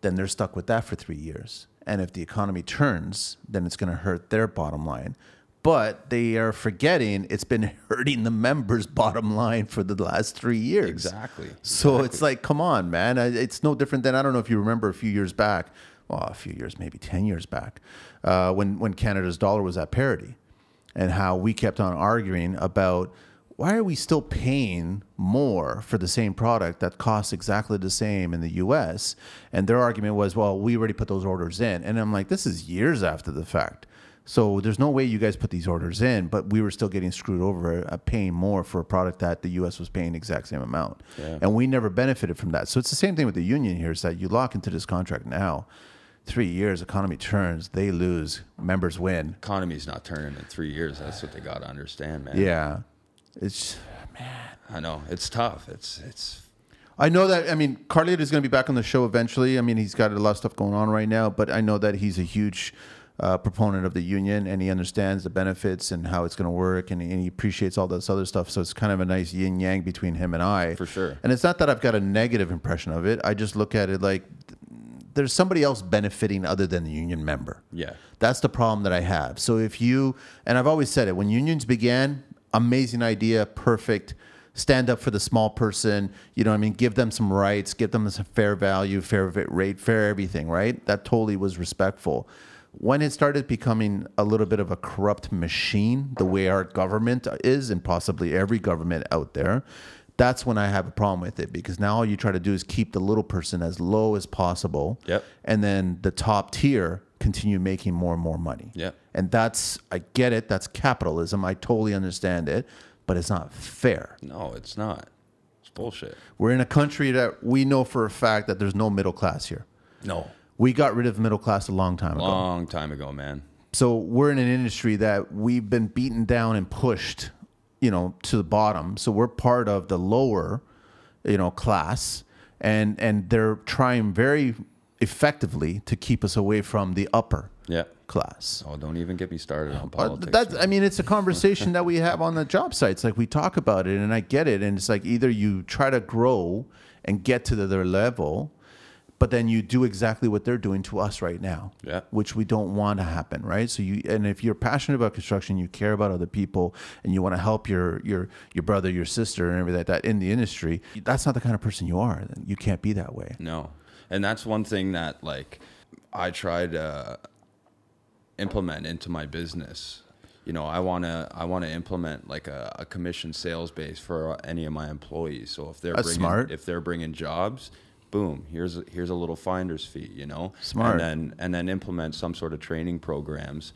S2: then they're stuck with that for three years. And if the economy turns, then it's going to hurt their bottom line. But they are forgetting it's been hurting the members' bottom line for the last three years.
S1: Exactly.
S2: So it's like, come on, man. I- It's no different than I don't know if you remember a few years back, well, a few years, maybe ten years back, uh, when when Canada's dollar was at parity, and how we kept on arguing about why are we still paying more for the same product that costs exactly the same in the U.S. And their argument was, well, we already put those orders in, and I'm like, this is years after the fact. So there's no way you guys put these orders in, but we were still getting screwed over, uh, paying more for a product that the U.S. was paying the exact same amount, and we never benefited from that. So it's the same thing with the union here: is that you lock into this contract now, three years, economy turns, they lose, members win.
S1: economy's not turning in three years. That's what they got to understand, man.
S2: Yeah, it's.
S1: I know it's tough. It's it's
S2: I know that. I mean, Carlito is going to be back on the show eventually. I mean, he's got a lot of stuff going on right now, but I know that he's a huge uh, proponent of the union and he understands the benefits and how it's going to work, and, and he appreciates all this other stuff. So it's kind of a nice yin yang between him and I,
S1: For sure.
S2: And it's not that I've got a negative impression of it. I just look at it like th- there's somebody else benefiting other than the union member.
S1: yeah.
S2: That's the problem that I have. So if you, and I've always said it, when unions began, amazing idea, perfect. Stand up for the small person. You know what I mean? Give them some rights, give them some fair value, fair va- rate, fair everything, right? That totally was respectful. When it started becoming a little bit of a corrupt machine, the way our government is, and possibly every government out there, that's when I have a problem with it because now all you try to do is keep the little person as low as possible
S1: Yep.
S2: and then the top tier continue making more and more money.
S1: Yeah.
S2: And that's I get it, that's capitalism. I totally understand it, but it's not fair.
S1: No, it's not. It's bullshit.
S2: We're in a country that we know for a fact that there's no middle class here.
S1: No,
S2: We got rid of middle class a long time ago.
S1: long time ago, man.
S2: So we're in an industry that we've been beaten down and pushed, you know, to the bottom. So we're part of the lower, you know, class, and and they're trying very effectively to keep us away from the upper
S1: Yeah.
S2: class.
S1: Oh, don't even get me started on
S2: Uh,
S1: politics.
S2: that's i mean it's a conversation that we have on the job sites like we talk about it and i get it and it's like either you try to grow and get to the- their level but then you do exactly what they're doing to us right now
S1: Yeah.
S2: which we don't want to happen right so you and if you're passionate about construction you care about other people and you want to help your your your brother your sister and everything like that in the industry that's not the kind of person you are you can't be that way
S1: No. And that's one thing that like I try to implement into my business. You know, I want to I want to implement like a, a commission sales base for any of my employees. So if they're
S2: That's
S1: bringing
S2: smart.
S1: if they're bringing jobs, boom, here's a, here's a little finder's fee, you know. And
S2: Smart.
S1: then and then implement some sort of training programs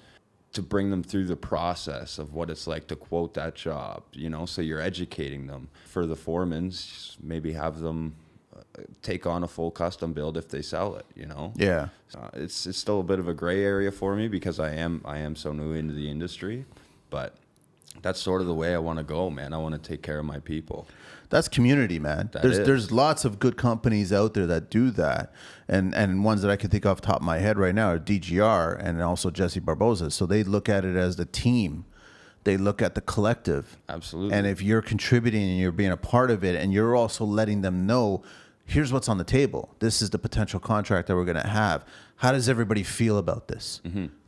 S1: to bring them through the process of what it's like to quote that job, you know, so you're educating them. For the foremans, maybe have them uh, take on a full custom build if they sell it, you know.
S2: yeah
S1: Uh, it's it's still a bit of a gray area for me because I am I am so new into the industry, but that's sort of the way I want to go, man. I want to take care of my people.
S2: That's community, man.
S1: That
S2: there's
S1: is.
S2: there's lots of good companies out there that do that, and and ones that I can think off the top of my head right now are DGR and also Jesse Barboza. So they look at it as the team, they look at the collective,
S1: Absolutely.
S2: and if you're contributing and you're being a part of it, and you're also letting them know, here's what's on the table. This is the potential contract that we're going to have. How does
S1: Mm-hmm.
S2: everybody feel about this?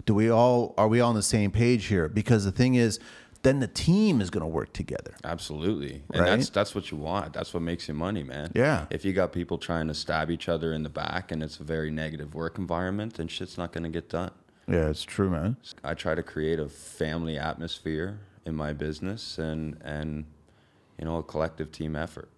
S2: Do we all are we all on the same page here? Because the thing is, then the team is going to work together.
S1: Absolutely. And
S2: Right?
S1: that's that's what you want. That's what makes you money, man.
S2: Yeah.
S1: If you got people trying to stab each other in the back and it's a very negative work environment, then shit's not gonna get done.
S2: Yeah, it's true, man.
S1: I try to create a family atmosphere in my business and and you know, a collective team effort.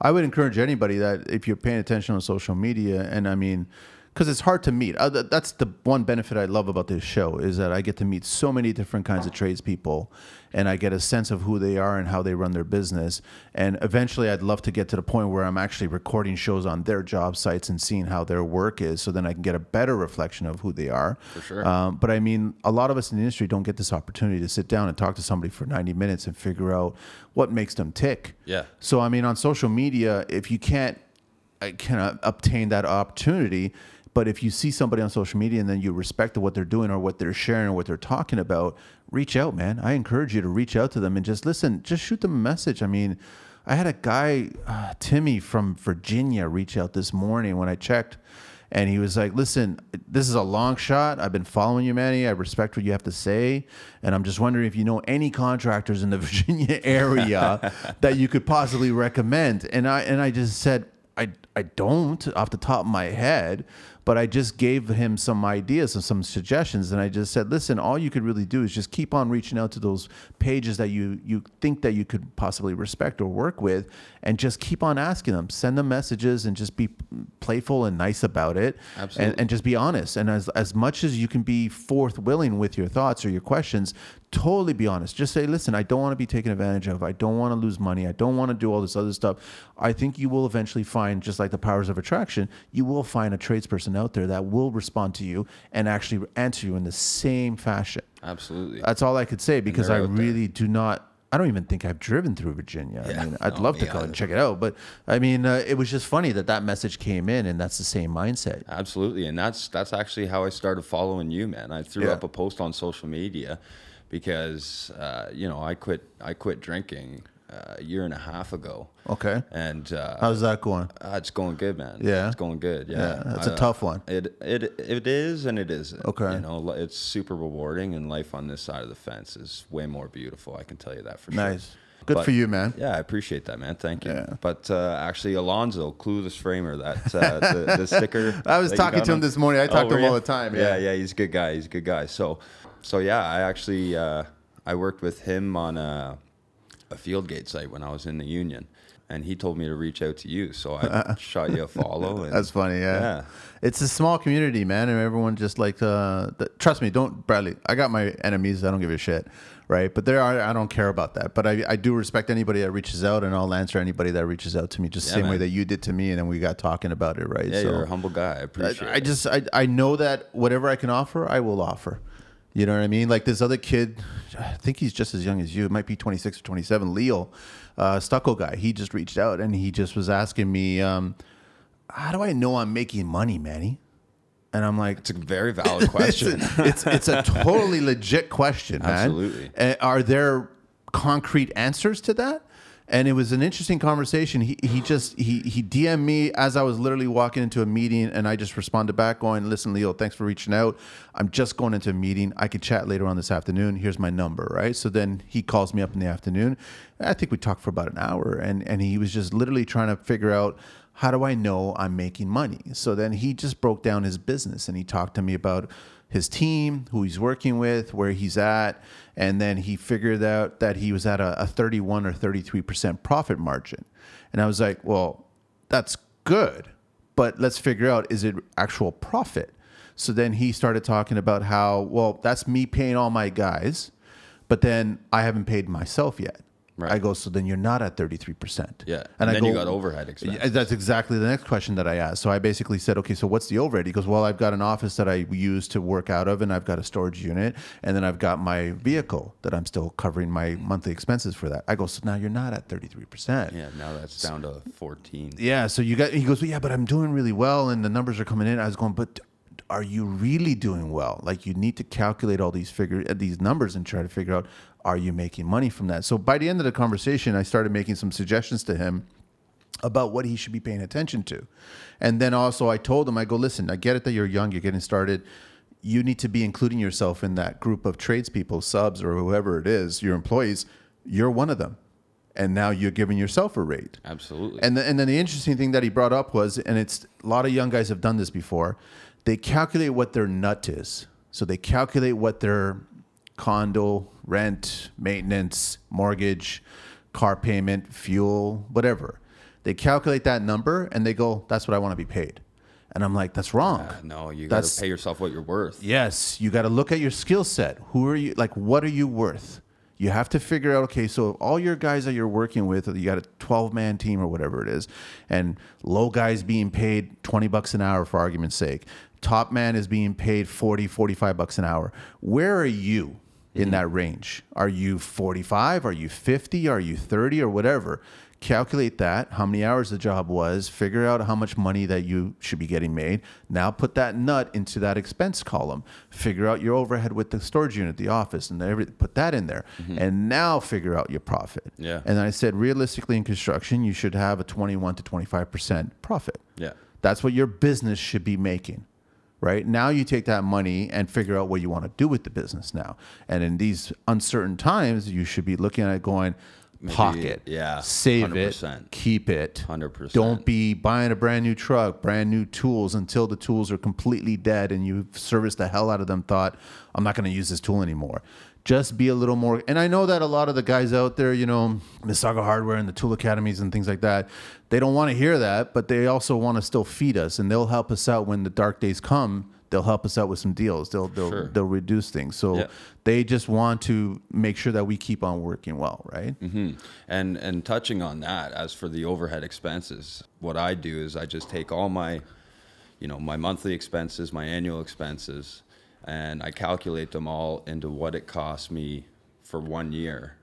S2: I would encourage anybody that if you're paying attention on social media, and I mean, because it's hard to meet. Uh, th- That's the one benefit I love about this show is that I get to meet so many different kinds of tradespeople, and I get a sense of who they are and how they run their business. And eventually, I'd love to get to the point where I'm actually recording shows on their job sites and seeing how their work is, so then I can get a better reflection of who they are. For
S1: sure.
S2: Um, but I mean, a lot of us in the industry don't get this opportunity to sit down and talk to somebody for 90 minutes and figure out what makes them tick.
S1: Yeah.
S2: So I mean, on social media, if you can't, I cannot obtain that opportunity. But if you see somebody on social media and then you respect what they're doing or what they're sharing or what they're talking about, reach out, man. I encourage you to reach out to them and just listen. Just shoot them a message. I mean, I had a guy, uh, Timmy from Virginia, reach out this morning when I checked. And he was like, "Listen, this is a long shot. I've been following you, Manny. I respect what you have to say, and I'm just wondering if you know any contractors in the Virginia area that you could possibly recommend." And I and I just said, "I I don't off the top of my head, but I just gave him some ideas and some suggestions, and I just said, "Listen, all you could really do is just keep on reaching out to those pages that you you think that you could possibly respect or work with, and just keep on asking them, send them messages, and just be playful and nice about it,
S1: Absolutely.
S2: and, and just be honest. And as as much as you can be forth willing with your thoughts or your questions, totally be honest. Just say, listen, I don't want to be taken advantage of. I don't want to lose money. I don't want to do all this other stuff. I think you will eventually find, just like the powers of attraction, you will find a tradesperson out there that will respond to you and actually answer you in the same fashion.
S1: Absolutely.
S2: That's all I could say because
S1: they're
S2: I
S1: out there.
S2: really do not. I don't even think I've driven through Virginia. I
S1: Yeah,
S2: mean, I'd
S1: no,
S2: love to
S1: me
S2: go and
S1: either.
S2: check it out, but I mean, uh, it was just funny that that message came in, and that's the same mindset.
S1: Absolutely, and that's that's actually how I started following you, man. I threw
S2: Yeah.
S1: up a post on social media because uh, you know I quit I quit drinking uh, a year and a half ago,
S2: Okay,
S1: and uh,
S2: how's that going?
S1: uh, it's going good, man.
S2: Yeah.
S1: it's going good. Yeah,
S2: Yeah, that's a
S1: I-
S2: tough one.
S1: It it it is and it isn't.
S2: Okay.
S1: you know li- it's super rewarding, and life on this side of the fence is way more beautiful. I can tell you that for sure.
S2: Nice. Good
S1: But-
S2: for you, man.
S1: Yeah, I appreciate that, man. Thank you.
S2: Yeah.
S1: But uh, actually, Alonzo, clueless framer, that uh, the, the sticker.
S2: I was
S1: that you
S2: talking
S1: got
S2: to him
S1: on-
S2: this morning. I talk to
S1: were
S2: him all
S1: you?
S2: the time,
S1: Yeah.
S2: yeah.
S1: yeah, he's a good guy. He's a good guy. So, so yeah, I actually uh, I worked with him on a, a field gate site when I was in the union, and he told me to reach out to you. So I shot you a follow. And
S2: That's funny, yeah.
S1: Yeah.
S2: It's a small community, man, and everyone just like uh, th- trust me. Don't Bradley. I got my enemies. I don't give a shit, right? But there are. I don't care about that. But I, I do respect anybody that reaches out, and I'll answer anybody that reaches out to me, just the
S1: Yeah,
S2: same way
S1: man.
S2: that you did to me, and then we got talking about it, right?
S1: Yeah, you're a humble guy. I
S2: I,
S1: appreciate.
S2: I
S1: it.
S2: just I, I know that whatever I can offer, I will offer. You know what I mean? Like this other kid, I think he's just as young as you. It might be 26 or 27. Leo, uh, stucco guy. He just reached out and he just was asking me, um, "How do I know I'm making money, Manny?" And I'm like,
S1: It's a very valid question.
S2: it's it's a totally legit question, man.
S1: Absolutely.
S2: Uh, are there concrete answers to that? And it was an interesting conversation. He he just he he DM'd me as I was literally walking into a meeting, and I just responded back going, "Listen, Leo, thanks for reaching out. I'm just going into a meeting. I could chat later on this afternoon. Here's my number, right?" So then he calls me up in the afternoon. I think we talked for about an hour, and and he was just literally trying to figure out how do I know I'm making money? So then he just broke down his business and he talked to me about his team, who he's working with, where he's at. And then he figured out that he was at a, a 31 or 33% profit margin. And I was like, well, that's good, but let's figure out is it actual profit? So then he started talking about how, well, that's me paying all my guys, but then I haven't paid myself yet.
S1: Right.
S2: I go, so then you're not at 33%.
S1: Yeah,
S2: And,
S1: and
S2: I
S1: then
S2: go,
S1: you got overhead expenses.
S2: Yeah, that's exactly the next question that I asked. So I basically said, okay, so what's the overhead? He goes, well, I've got an office that I use to work out of, and I've got a storage unit, and then I've got my vehicle that I'm still covering my monthly expenses for that. I go, so now you're not at 33%.
S1: yeah, now that's down to fourteen.
S2: Yeah, so you got he goes, well, yeah, but I'm doing really well and the numbers are coming in. I was going, but are you really doing well? Like you need to calculate all these figure uh, these numbers and try to figure out are you making money from that? So by the end of the conversation, I started making some suggestions to him about what he should be paying attention to. And then also I told him, I go, listen, I get it that you're young, you're getting started. you need to be including yourself in that group of tradespeople, subs, or whoever it is, your employees. You're one of them. And now you're giving yourself a rate.
S1: Absolutely.
S2: And the, and then the interesting thing that he brought up was, and it's a lot of young guys have done this before. They calculate what their nut is. So they calculate what their condo rent, maintenance, mortgage, car payment, fuel, whatever. They calculate that number and they go, "That's what I want to be paid." And I'm like, "That's wrong."
S1: no, you got
S2: That's-
S1: to pay yourself what you're worth.
S2: Yes, you got to look at your skill set. Who are you? Like, what are you worth? You have to figure out. Okay, so if all your guys that you're working with, you got a 12 man team or whatever it is, and low guys being paid 20 bucks an hour for argument's sake, top man is being paid 40, 45 bucks an hour. Where are you? in that range. Are you 45? Are you 50? Are you 30 or whatever? Calculate that, how many hours the job was, figure out how much money that you should be getting made. Now put that nut into that expense column. Figure out your overhead with the storage unit, the office, and everything. Put that in there. And now figure out your profit.
S1: Yeah.
S2: And I said, realistically, in construction, you should have a 21 to 25% profit.
S1: Yeah.
S2: That's what your business should be making. Right now, you take that money and figure out what you want to do with the business now. And in these uncertain times, you should be looking at it going pocket,
S1: yeah,
S2: save it,
S1: 100%.
S2: keep it,
S1: 100%.
S2: Don't be buying a brand new truck, brand new tools until the tools are completely dead and you've serviced the hell out of them. Thought I'm not going to use this tool anymore. Just be a little more. And I know that a lot of the guys out there, you know, Mississauga Hardware and the tool academies and things like that, they don't want to hear that, but they also want to still feed us and they'll help us out when the dark days come. They'll help us out with some deals. They'll they'll,
S1: Sure.
S2: they'll reduce things. So
S1: Yeah.
S2: they just want to make sure that we keep on working well, right?
S1: Mm-hmm. Hmm. And and touching on that, as for the overhead expenses, what I do is I just take all my, you know, my monthly expenses, my annual expenses, and I calculate them all into what it costs me for one year,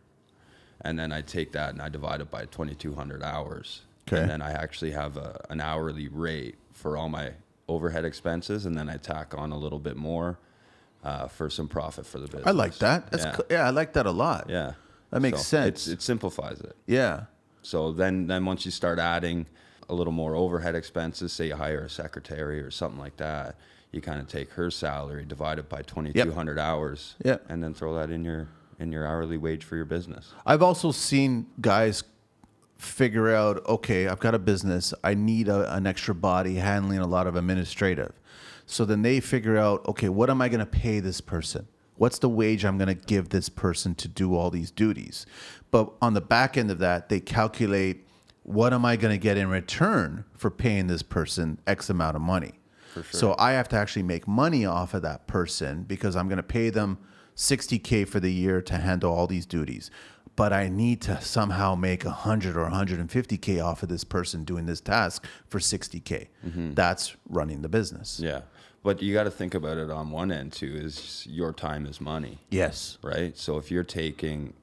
S1: and then I take that and I divide it by 2,200 hours,
S2: Okay.
S1: and then I actually have a, an hourly rate for all my overhead expenses, and then I tack on a little bit more. Uh, for some profit for the business.
S2: I like that. That's
S1: yeah.
S2: yeah. yeah, I like that a lot.
S1: yeah.
S2: That makes
S1: it's-
S2: sense.
S1: It simplifies it.
S2: Yeah.
S1: So then, then once you start adding a little more overhead expenses, say you hire a secretary or something like that, you kind of take her salary, divide it by twenty two hundred hours,
S2: Yep.
S1: and then throw that in your in your hourly wage for your business.
S2: I've also seen guys figure out okay, I've got a business, I need a, an extra body handling a lot of administrative. So then they figure out okay, what am I going to pay this person? What's the wage I'm going to give this person to do all these duties? But on the back end of that, they calculate what am I going to get in return for paying this person X amount of money. So I have to actually make money off of that person because I'm going to pay them 60k for the year to handle all these duties. But I need to somehow make 100 or 150k off of this person doing this task for 60k. That's running the business.
S1: Yeah, but you got to think about it on one end too. Is your time is money,
S2: Yes.
S1: right? So if you're taking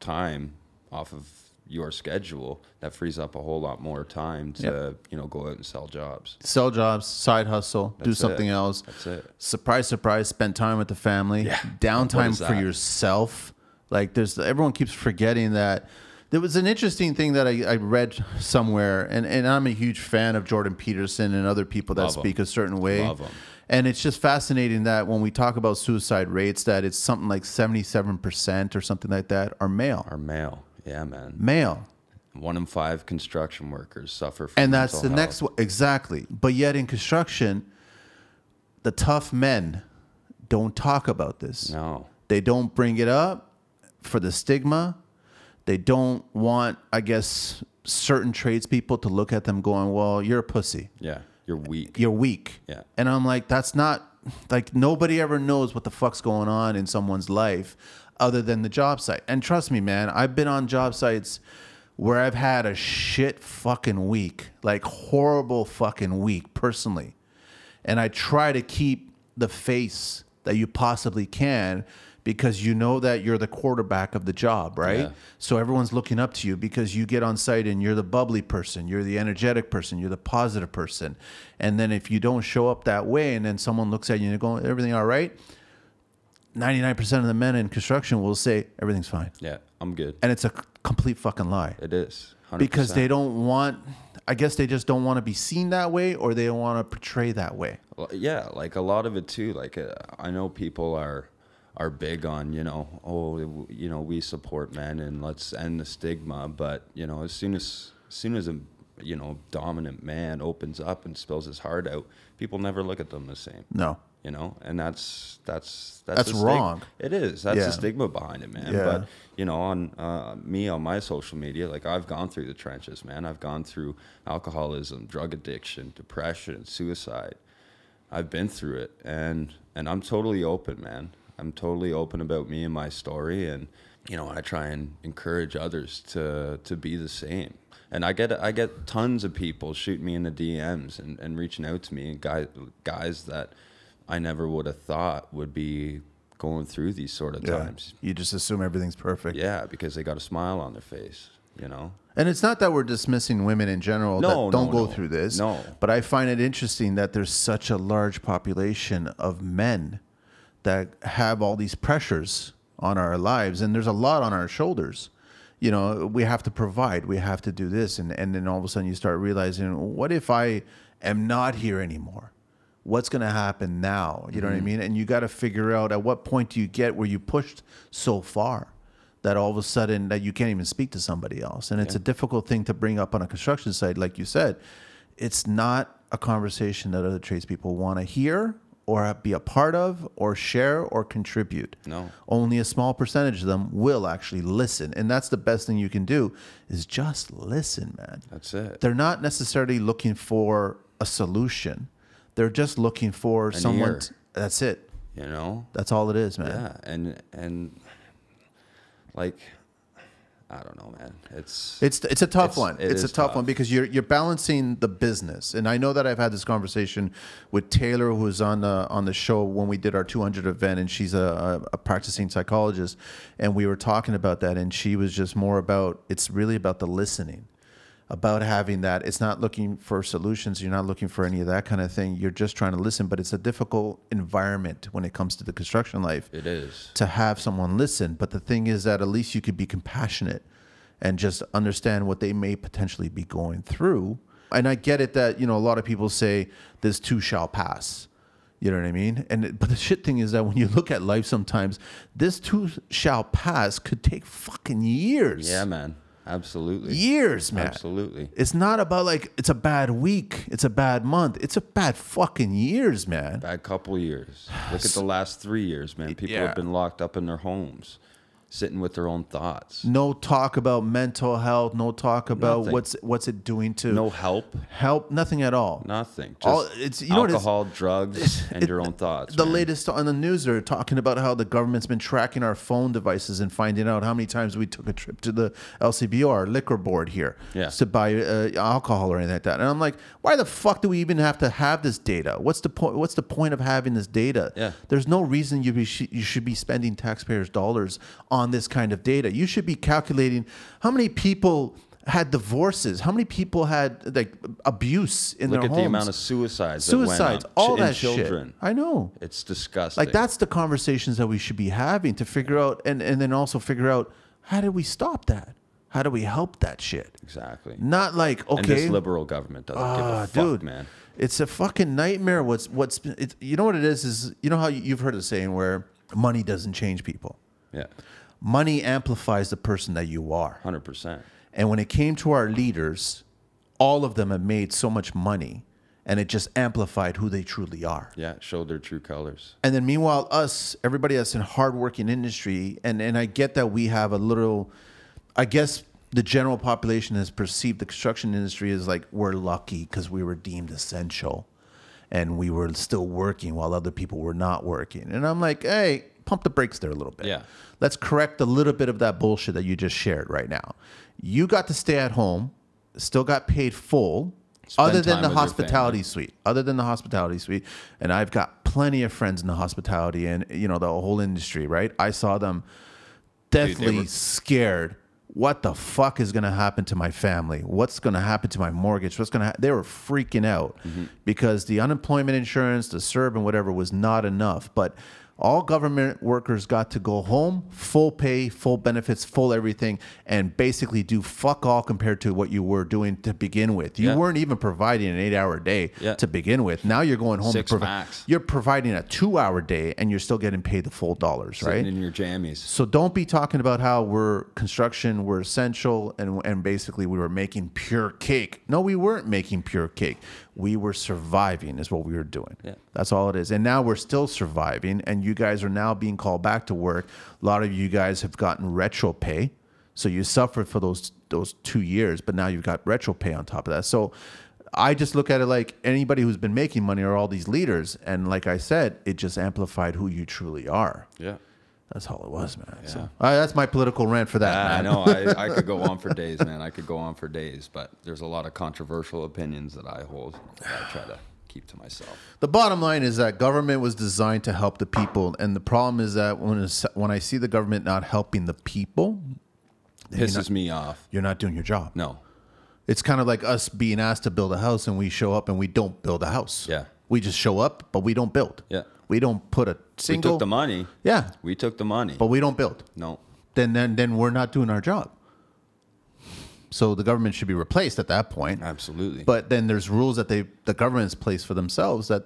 S1: time off of your schedule, that frees up a whole lot more time to you know go out and sell jobs.
S2: Sell jobs, side hustle, do
S1: That's it.
S2: something else.
S1: That's it.
S2: surprise surprise spend time with the family
S1: What
S2: downtime
S1: is
S2: for
S1: that?
S2: yourself like there's everyone keeps forgetting that there was an interesting thing that I, I read somewhere and, and i'm a huge fan of jordan peterson and other people that
S1: Love 'em.
S2: speak a certain way
S1: Love 'em.
S2: and it's just fascinating that when we talk about suicide rates that it's something like 77% or something like that are male
S1: Our mail, yeah, man.
S2: male
S1: One in five construction workers suffer from
S2: and that's the
S1: mental health.
S2: next one exactly but yet in construction the tough men don't talk about this
S1: No.
S2: They don't bring it up for the stigma. They don't want, I guess, certain tradespeople to look at them going, "Well, you're a pussy.
S1: Yeah. You're weak.
S2: You're weak."
S1: Yeah.
S2: And I'm like, that's not like nobody ever knows what the fuck's going on in someone's life other than the job site. And trust me, man, I've been on job sites where I've had a shit fucking week, like horrible fucking week personally. And I try to keep the face that you possibly can because you know that you're the quarterback of the job, right?
S1: Yeah.
S2: So everyone's looking up to you because you get on site and you're the bubbly person, you're the energetic person, you're the positive person. And then if you don't show up that way and then someone looks at you and you're going, everything all right? 99% of the men in construction will say, everything's fine.
S1: Yeah. I'm good.
S2: And it's a c- complete fucking lie
S1: It is. 100%.
S2: because they don't want, I guess they just don't want to be seen that way or they don't want to portray that way.
S1: a Well, yeah, like a lot of it too. Like uh, I know people are are big on you know oh you know we support men and let's end the stigma, but you know as soon as, as soon as a you know dominant man opens up and spills his heart out, people never look at them the same.
S2: No.
S1: You know, and that's that's
S2: That's
S1: the stig-
S2: wrong.
S1: It is. That's
S2: Yeah.
S1: the stigma behind it, man.
S2: Yeah.
S1: But you know, on uh, me on my social media, like I've gone through the trenches, man. I've gone through alcoholism, drug addiction, depression, suicide. I've been through it, and and I'm totally open, man. I'm totally open about me and my story, and you know, I try and encourage others to to be the same. And I get I get tons of people shooting me in the DMs and, and reaching out to me, and guys guys that I never would have thought would be going through these sort of
S2: Yeah.
S1: times.
S2: You just assume everything's perfect.
S1: Yeah, because they got a smile on their face, you know.
S2: And it's not that we're dismissing women in general
S1: No,
S2: that don't
S1: no,
S2: go
S1: no.
S2: through this.
S1: No.
S2: But I find it interesting that there's such a large population of men that have all these pressures on our lives and there's a lot on our shoulders. You know, we have to provide, we have to do this and and then all of a sudden you start realizing what if I am not here anymore? What's going to happen now? You know
S1: Mm-hmm.
S2: what I mean? And you got to figure out at what point do you get where you pushed so far? that all of a sudden that you can't even speak to somebody else and it's a difficult thing to bring up on a construction site like you said it's not a conversation that other tradespeople want to hear or be a part of or share or contribute
S1: No.
S2: only a small percentage of them will actually listen and that's the best thing you can do is just listen man
S1: That's it.
S2: they're not necessarily looking for a solution they're just looking for someone
S1: ear.
S2: t- that's it
S1: You know?
S2: that's all it is man
S1: Yeah, and and like I don't know, man. It's
S2: It's it's a tough
S1: It's-
S2: one.
S1: it
S2: it's a
S1: is
S2: tough,
S1: tough.
S2: one because you're you're balancing the business, and I know that I've had this conversation with Taylor, who was on the on the show when we did our 200 event, and she's a, a practicing psychologist, and we were talking about that, and she was just more about it's really about the listening, about having that. It's not looking for solutions. You're not looking for any of that kind of thing. You're just trying to listen, but it's a difficult environment when it comes to the construction life
S1: it is.
S2: to have someone listen. But the thing is that at least you could be compassionate and just understand what they may potentially be going through. And I get it that, you know, a lot of people say this too shall pass. You know what I mean? And it- but the shit thing is that when you look at life sometimes, this too shall pass could take fucking years.
S1: Yeah, man. Absolutely.
S2: Years, man.
S1: Absolutely.
S2: It's not about like it's a bad week, it's a bad month, it's a bad fucking years, man.
S1: Bad couple years. Look at the last three years, man. People
S2: Yeah.
S1: have been locked up in their homes, sitting with their own thoughts.
S2: No talk about mental health, no talk about
S1: Nothing.
S2: what's what's it doing to
S1: No help,
S2: help nothing at all
S1: nothing. Just
S2: All- it's- you know what it's-
S1: alcohol, drugs, and your own thoughts.
S2: the
S1: man.
S2: latest on the news are talking about how the government's been tracking our phone devices and finding out how many times we took a trip to the LCBO or liquor board here
S1: Yeah.
S2: to buy uh, alcohol or anything like that. And I'm like, why the fuck do we even have to have this data? What's the point? What's the point of having this data?
S1: Yeah.
S2: There's no reason you be sh- you should be spending taxpayers' dollars on this kind of data. You should be calculating how many people had divorces, how many people had like abuse in
S1: Look
S2: their
S1: at
S2: homes.
S1: the amount of suicides. that went up,
S2: Suicides, all
S1: ch- in
S2: that
S1: children.
S2: shit. I know.
S1: It's disgusting.
S2: Like that's the conversations that we should be having to figure out, and and then also figure out how do we stop that? How do we help that shit?
S1: Exactly.
S2: Not like
S1: And
S2: okay,
S1: this liberal government doesn't give
S2: ah,
S1: a fuck,
S2: dude,
S1: man.
S2: it's a fucking nightmare. What's what's it, you know what it is is you know how you- you've heard the saying where money doesn't change people.
S1: Yeah,
S2: Money amplifies the person that you are.
S1: hundred percent.
S2: And when it came to our leaders, all of them have made so much money, and it just amplified who they truly are.
S1: Yeah, show their true colors.
S2: And then meanwhile, us, everybody that's in hardworking industry, and, and I get that we have a little, I guess the general population has perceived the construction industry as like we're lucky because we were deemed essential and we were still working while other people were not working. And I'm like, hey, pump the brakes there a little bit.
S1: Yeah.
S2: Let's correct a little bit of that bullshit that you just shared right now. You got to stay at home, still got paid full,
S1: Spend
S2: other than
S1: time
S2: the
S1: with your
S2: hospitality hospitality suite. Other than the hospitality suite, and I've got plenty of friends in the hospitality and you know the whole industry, right? I saw them deathly
S1: were-
S2: scared. What the fuck is gonna happen to my family? What's gonna happen to my mortgage? What's gonna? Ha-? They were
S1: Mm-hmm.
S2: freaking out because the unemployment insurance, the SERB, and whatever was not enough. But All government workers got to go home, full pay, full benefits, full everything, and basically do fuck all compared to what you were doing to begin with. You
S1: Yeah.
S2: weren't even providing an eight hour day
S1: Yeah.
S2: to begin with. Now you're going home.
S1: Six
S2: to provi-
S1: max.
S2: You're providing a two hour day and you're still getting paid the full dollars,
S1: Sitting
S2: right?
S1: in your jammies.
S2: So don't be talking about how we're construction, we're essential, and and basically we were making pure cake. No, we weren't making pure cake. We were surviving, is what we were doing.
S1: Yeah.
S2: That's all it is. And now we're still surviving, and you guys are now being called back to work. A lot of you guys have gotten retro pay, so you suffered for those those two years, but now you've got retro pay on top of that. So. I just look at it like anybody who's been making money are all these leaders. And like I said, it just amplified who you truly are.
S1: Yeah.
S2: That's all it was, man. So all right, that's my political rant for that.
S1: I
S2: man.
S1: know. I, I could go on for days, man. I could go on for days, but there's a lot of controversial opinions that I hold. That I try to keep to myself.
S2: The bottom line is that government was designed to help the people, and the problem is that when it's, when I see the government not helping the people,
S1: Pisses me off.
S2: you're not doing your job.
S1: No.
S2: It's kind of like us being asked to build a house, and we show up and we don't build a house.
S1: Yeah.
S2: we just show up, but we don't build.
S1: Yeah.
S2: we don't put a
S1: We
S2: single.
S1: took the money.
S2: Yeah,
S1: We took the money.
S2: but we don't build.
S1: no.
S2: Then then then we're not doing our job. So the government should be replaced at that point.
S1: Absolutely.
S2: but then there's rules that they the government's placed for themselves that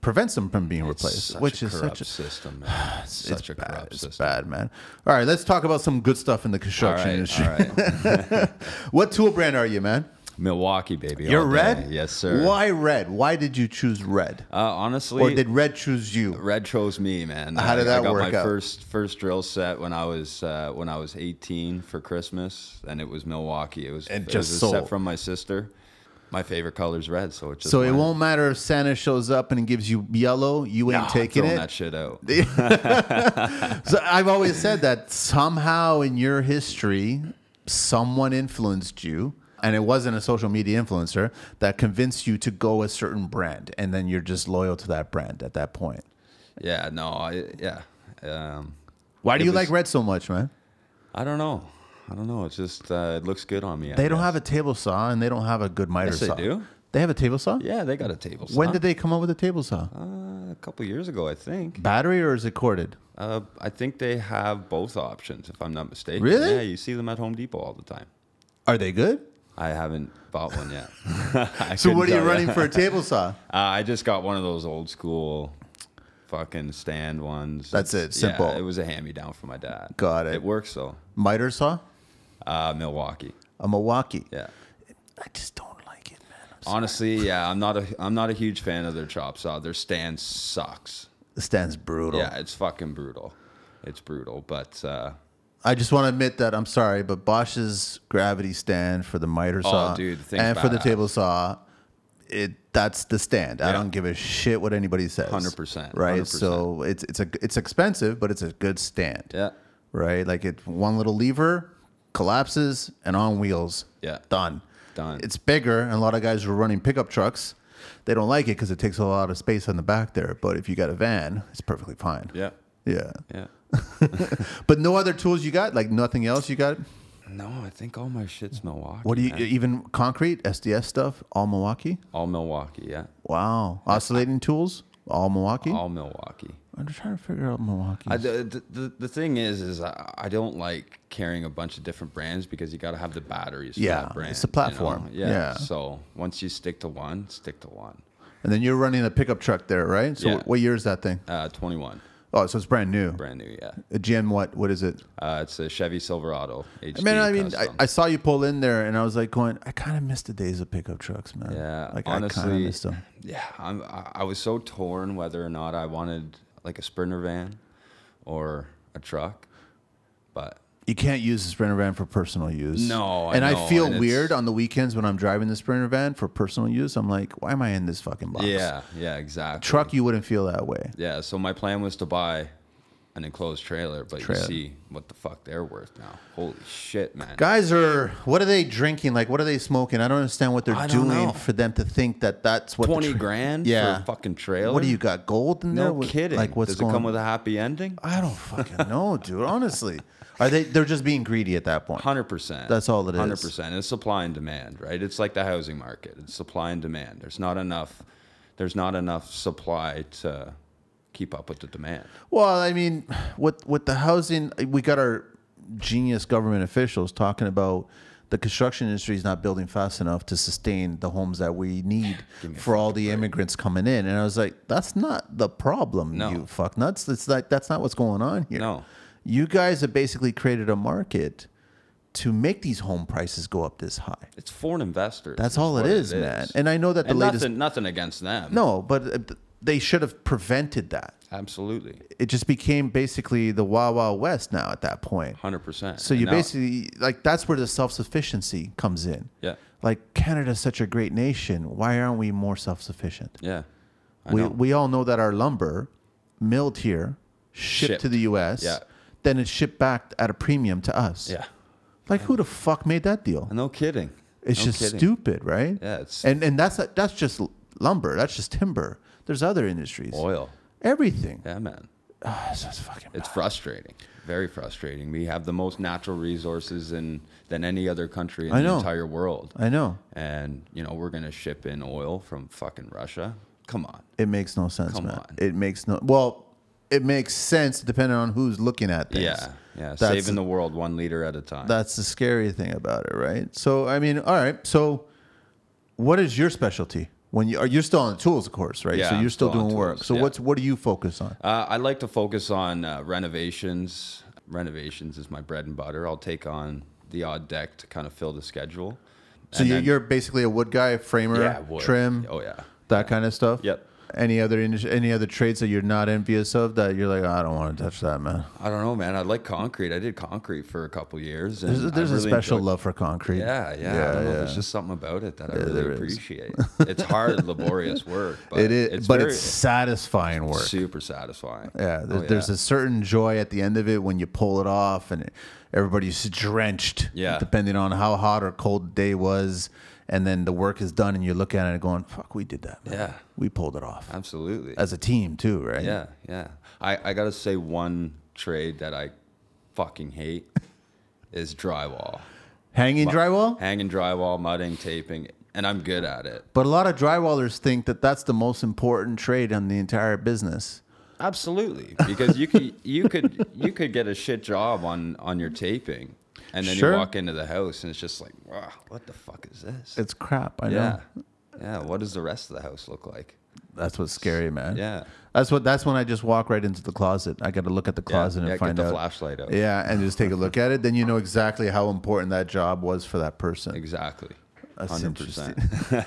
S2: prevents them from being replaced,
S1: Such
S2: which
S1: a
S2: is
S1: corrupt
S2: such a,
S1: system, man. It's
S2: it's
S1: such a
S2: bad.
S1: corrupt
S2: It's
S1: system.
S2: bad, man. All right, let's talk about some good stuff in the
S1: All
S2: construction
S1: right,
S2: industry.
S1: all right.
S2: What tool brand are you, man?
S1: Milwaukee, baby.
S2: You're
S1: all day.
S2: red.
S1: Yes, sir.
S2: Why red? Why did you choose red,
S1: Uh, honestly,
S2: or did red choose you?
S1: Red chose me, man.
S2: How did
S1: I,
S2: that
S1: I got
S2: work
S1: my
S2: out?
S1: first first drill set when I was uh, when I was 18 for Christmas, and it was Milwaukee. It was
S2: And
S1: it
S2: just
S1: was a
S2: sold.
S1: set from my sister. My favorite color is red, so it just
S2: So it
S1: went.
S2: won't matter if Santa shows up and gives you yellow. You ain't
S1: Ah,
S2: taking
S1: throwing
S2: it.
S1: that shit out.
S2: So I've always said that somehow in your history, someone influenced you, and it wasn't a social media influencer that convinced you to go a certain brand, and then you're just loyal to that brand at that point.
S1: yeah, no, I yeah. Um,
S2: Why do
S1: It
S2: you
S1: was-
S2: like red so much, man?
S1: I don't know. I don't know. It's just uh, it looks good on me. I
S2: They don't
S1: guess.
S2: have a table saw and they don't have a good miter
S1: Yes, they
S2: saw.
S1: do.
S2: They have a table saw.
S1: Yeah, they got a table.
S2: When
S1: saw.
S2: did they come up with a table saw?
S1: uh, a couple years ago? I think.
S2: Battery or is it corded?
S1: Uh, I think they have both options, if I'm not mistaken.
S2: Really?
S1: Yeah, you see them at Home Depot all the time.
S2: Are they good?
S1: I haven't bought one yet. I
S2: So
S1: couldn't
S2: what are you
S1: tell ya.
S2: running for a table saw?
S1: Uh, I just got one of those old school fucking stand ones.
S2: That's it,
S1: Yeah,
S2: simple.
S1: it was a hand me down from my dad.
S2: Got it.
S1: It works though.
S2: Miter saw?
S1: Uh, Milwaukee.
S2: A Milwaukee.
S1: Yeah.
S2: I just don't like it, man. I'm
S1: Honestly, yeah, I'm not a I'm not a huge fan of their chop saw. Their stand sucks.
S2: It stands brutal.
S1: Yeah, it's fucking brutal. It's brutal, but uh,
S2: I just want to admit that I'm sorry, but Bosch's gravity stand for the miter saw
S1: Oh, dude, the thing's
S2: and for the
S1: badass.
S2: table saw, it that's the stand. I
S1: Yeah.
S2: don't give a shit what anybody says.
S1: 100%,
S2: Right.
S1: 100%.
S2: So it's it's a it's expensive, but it's a good stand.
S1: yeah,
S2: Right. Like it one little lever collapses and on wheels.
S1: Yeah.
S2: Done.
S1: Done.
S2: It's bigger, and a lot of guys who are running pickup trucks. They don't like it because it takes a lot of space on the back there. But if you got a van, it's perfectly fine.
S1: yeah,
S2: Yeah.
S1: yeah.
S2: But no other tools you got? Like nothing else you got?
S1: No, I think all my shit's Milwaukee.
S2: What do you
S1: man.
S2: even concrete SDS stuff? All Milwaukee.
S1: All Milwaukee, yeah.
S2: Wow. Oscillating tools. All Milwaukee.
S1: All Milwaukee.
S2: I'm just trying to figure out Milwaukee.
S1: I, the, the, the thing is, is I, I don't like carrying a bunch of different brands because you got to have the batteries. for
S2: Yeah,
S1: that brand,
S2: it's the
S1: you know?
S2: platform.
S1: Yeah.
S2: Yeah.
S1: So once you stick to one, stick to one.
S2: and then you're running a pickup truck there, right? So
S1: Yeah.
S2: what year is that thing?
S1: Uh, 21,
S2: Oh, so it's brand new.
S1: brand new, yeah.
S2: A GM what? What is it?
S1: Uh, it's a Chevy Silverado. HD
S2: I mean, I mean, I,
S1: custom.
S2: I saw you pull in there, and I was like, going, I kind of missed the days of pickup trucks, man.
S1: yeah.
S2: like I kind of
S1: honestly,
S2: missed them.
S1: yeah. I'm, I, I was so torn whether or not I wanted like a Sprinter van or a truck, but
S2: You can't use the Sprinter van for personal use.
S1: No, I
S2: and
S1: know,
S2: I feel
S1: and it's-
S2: weird on the weekends when I'm driving the Sprinter van for personal use. I'm like, why am I in this fucking box?
S1: yeah, yeah, exactly.
S2: truck, you wouldn't feel that way.
S1: Yeah, so my plan was to buy an enclosed trailer, but
S2: Trailer.
S1: you see what the fuck they're worth now. Holy shit, man.
S2: Guys are what are they drinking? Like what are they smoking? I don't understand what they're
S1: I don't
S2: doing
S1: know.
S2: for them to think that that's what the
S1: 20
S2: tra-
S1: grand
S2: Yeah.
S1: for a fucking trailer?
S2: What do you got? Gold in
S1: No
S2: there? What-
S1: kidding.
S2: Like what's
S1: Does
S2: going?
S1: it come with a happy ending?
S2: I don't fucking know, dude. Honestly, are they? They're just being greedy at that point.
S1: 100%.
S2: That's all it is.
S1: 100%. It's supply and demand, right? It's like the housing market. It's supply and demand. There's not enough there's not enough supply to keep up with the demand.
S2: Well, I mean, with with the housing, we got our genius government officials talking about the construction industry is not building fast enough to sustain the homes that we need for all the immigrants coming in. And I was like, that's not the problem,
S1: No.
S2: you fuck nuts. It's like that's not what's going on here.
S1: No.
S2: You guys have basically created a market to make these home prices go up this high.
S1: It's foreign investors.
S2: That's all
S1: what
S2: it is, man. And I know that the
S1: And
S2: latest
S1: nothing, nothing against them.
S2: No, but uh, th- they should have prevented that.
S1: absolutely,
S2: It just became basically the Wild Wild West now at that point.
S1: hundred percent.
S2: So you basically like that's where the self sufficiency comes in.
S1: yeah,
S2: Like Canada's such a great nation. Why aren't we more self sufficient?
S1: yeah. I
S2: We
S1: know.
S2: we all know that our lumber milled here, shipped,
S1: Shipped.
S2: to the US,
S1: Yeah.
S2: then it's shipped back at a premium to us.
S1: yeah,
S2: Like who the fuck made that deal?
S1: no kidding.
S2: It's
S1: No
S2: just
S1: kidding.
S2: stupid, right?
S1: Yeah, it's
S2: And and that's that's just lumber. That's just timber. There's other industries.
S1: oil.
S2: Everything.
S1: Yeah, man.
S2: Ah, it's just fucking
S1: It's frustrating. Very frustrating. We have the most natural resources in, than any other country in
S2: I
S1: the
S2: know.
S1: entire world.
S2: I know.
S1: And, you know, we're going to ship in oil from fucking Russia. Come on.
S2: It makes no sense,
S1: Come
S2: man.
S1: on.
S2: It makes no well, it makes sense depending on who's looking at things.
S1: Yeah. Yeah.
S2: That's-
S1: Saving the world one liter at a time.
S2: That's the scary thing about it, right? So I mean, all right. So what is your specialty? When you are you're still on the tools, of course, right?
S1: Yeah,
S2: so
S1: I'm
S2: you're still
S1: still on
S2: doing work.
S1: tools,
S2: So
S1: yeah.
S2: what's what do you focus on?
S1: Uh, I like to focus on uh, renovations. Renovations is my bread and butter. I'll take on the odd deck to kind of fill the schedule.
S2: So
S1: And
S2: you,
S1: then-
S2: you're basically a wood guy, framer,
S1: yeah, wood.
S2: trim,
S1: Oh, yeah.
S2: that kind of stuff.
S1: Yep.
S2: Any other indus- any other trades that you're not envious of that you're like, "Oh, I don't want to touch that, man.
S1: I don't know, man. I like concrete. I did concrete for a couple years. And
S2: There's,
S1: I
S2: there's a
S1: really
S2: special
S1: enjoyed-
S2: love for concrete.
S1: Yeah, yeah. I don't know. There's just something about it that I
S2: there
S1: really
S2: is.
S1: appreciate. it's hard, laborious work, but
S2: it is, but
S1: very-
S2: it's satisfying work.
S1: super satisfying.
S2: Yeah, there,
S1: Oh,
S2: there's a certain joy at the end of it when you pull it off, and everybody's drenched.
S1: Yeah.
S2: depending on how hot or cold the day was, and then the work is done, and you look at it going, "Fuck, we did that. man.
S1: Yeah.
S2: we pulled it off
S1: absolutely.
S2: as a team too, right?
S1: Yeah, yeah. I I gotta say one trade that I fucking hate is drywall,
S2: hanging drywall."
S1: hanging drywall, mudding, taping, and I'm good at it.
S2: But a lot of drywallers think that that's the most important trade on the entire business.
S1: Absolutely, because you could you could you could get a shit job on on your taping, and then
S2: Sure.
S1: you walk into the house and it's just like, wow, what the fuck is this?
S2: It's crap. I
S1: yeah,
S2: know.
S1: yeah. What does the rest of the house look like?
S2: That's what's scary, man.
S1: Yeah.
S2: That's what. That's when I just walk right into the closet. I got to look at the closet
S1: yeah,
S2: and find
S1: get the
S2: out.
S1: flashlight out.
S2: Yeah, and just take a look at it. Then you know exactly how important that job was for that person.
S1: Exactly.
S2: That's
S1: Hundred percent.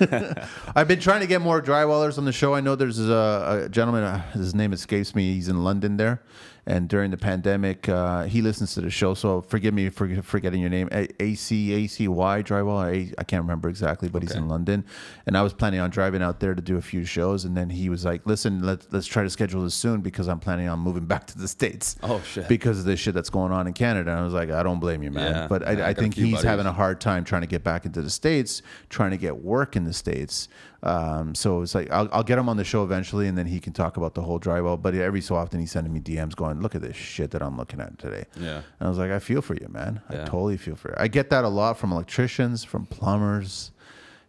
S2: I've been trying to get more drywallers on the show. I know there's a, a gentleman, uh, his name escapes me. He's in London there. And during the pandemic, uh, he listens to the show. So forgive me for forgetting your name. A- AC, ACY drywall. I, I can't remember exactly, but he's
S1: Okay.
S2: in London. And I was planning on driving out there to do a few shows. And then he was like, listen, let, let's try to schedule this soon because I'm planning on moving back to the States.
S1: Oh, shit.
S2: Because of the shit that's going on in Canada. And I was like, I don't blame you, man.
S1: Yeah.
S2: but I,
S1: Yeah,
S2: I,
S1: I got a
S2: think
S1: few
S2: he's
S1: buddies.
S2: having a hard time trying to get back into the states, trying to get work in the states. Um, so it's like I'll, I'll get him on the show eventually, and then he can talk about the whole drywall. But every so often, he's sending me DMs going, "Look at this shit that I'm looking at today."
S1: Yeah.
S2: and I was like, "I feel for you, man. I
S1: Yeah.
S2: totally feel for you." I get that a lot from electricians, from plumbers.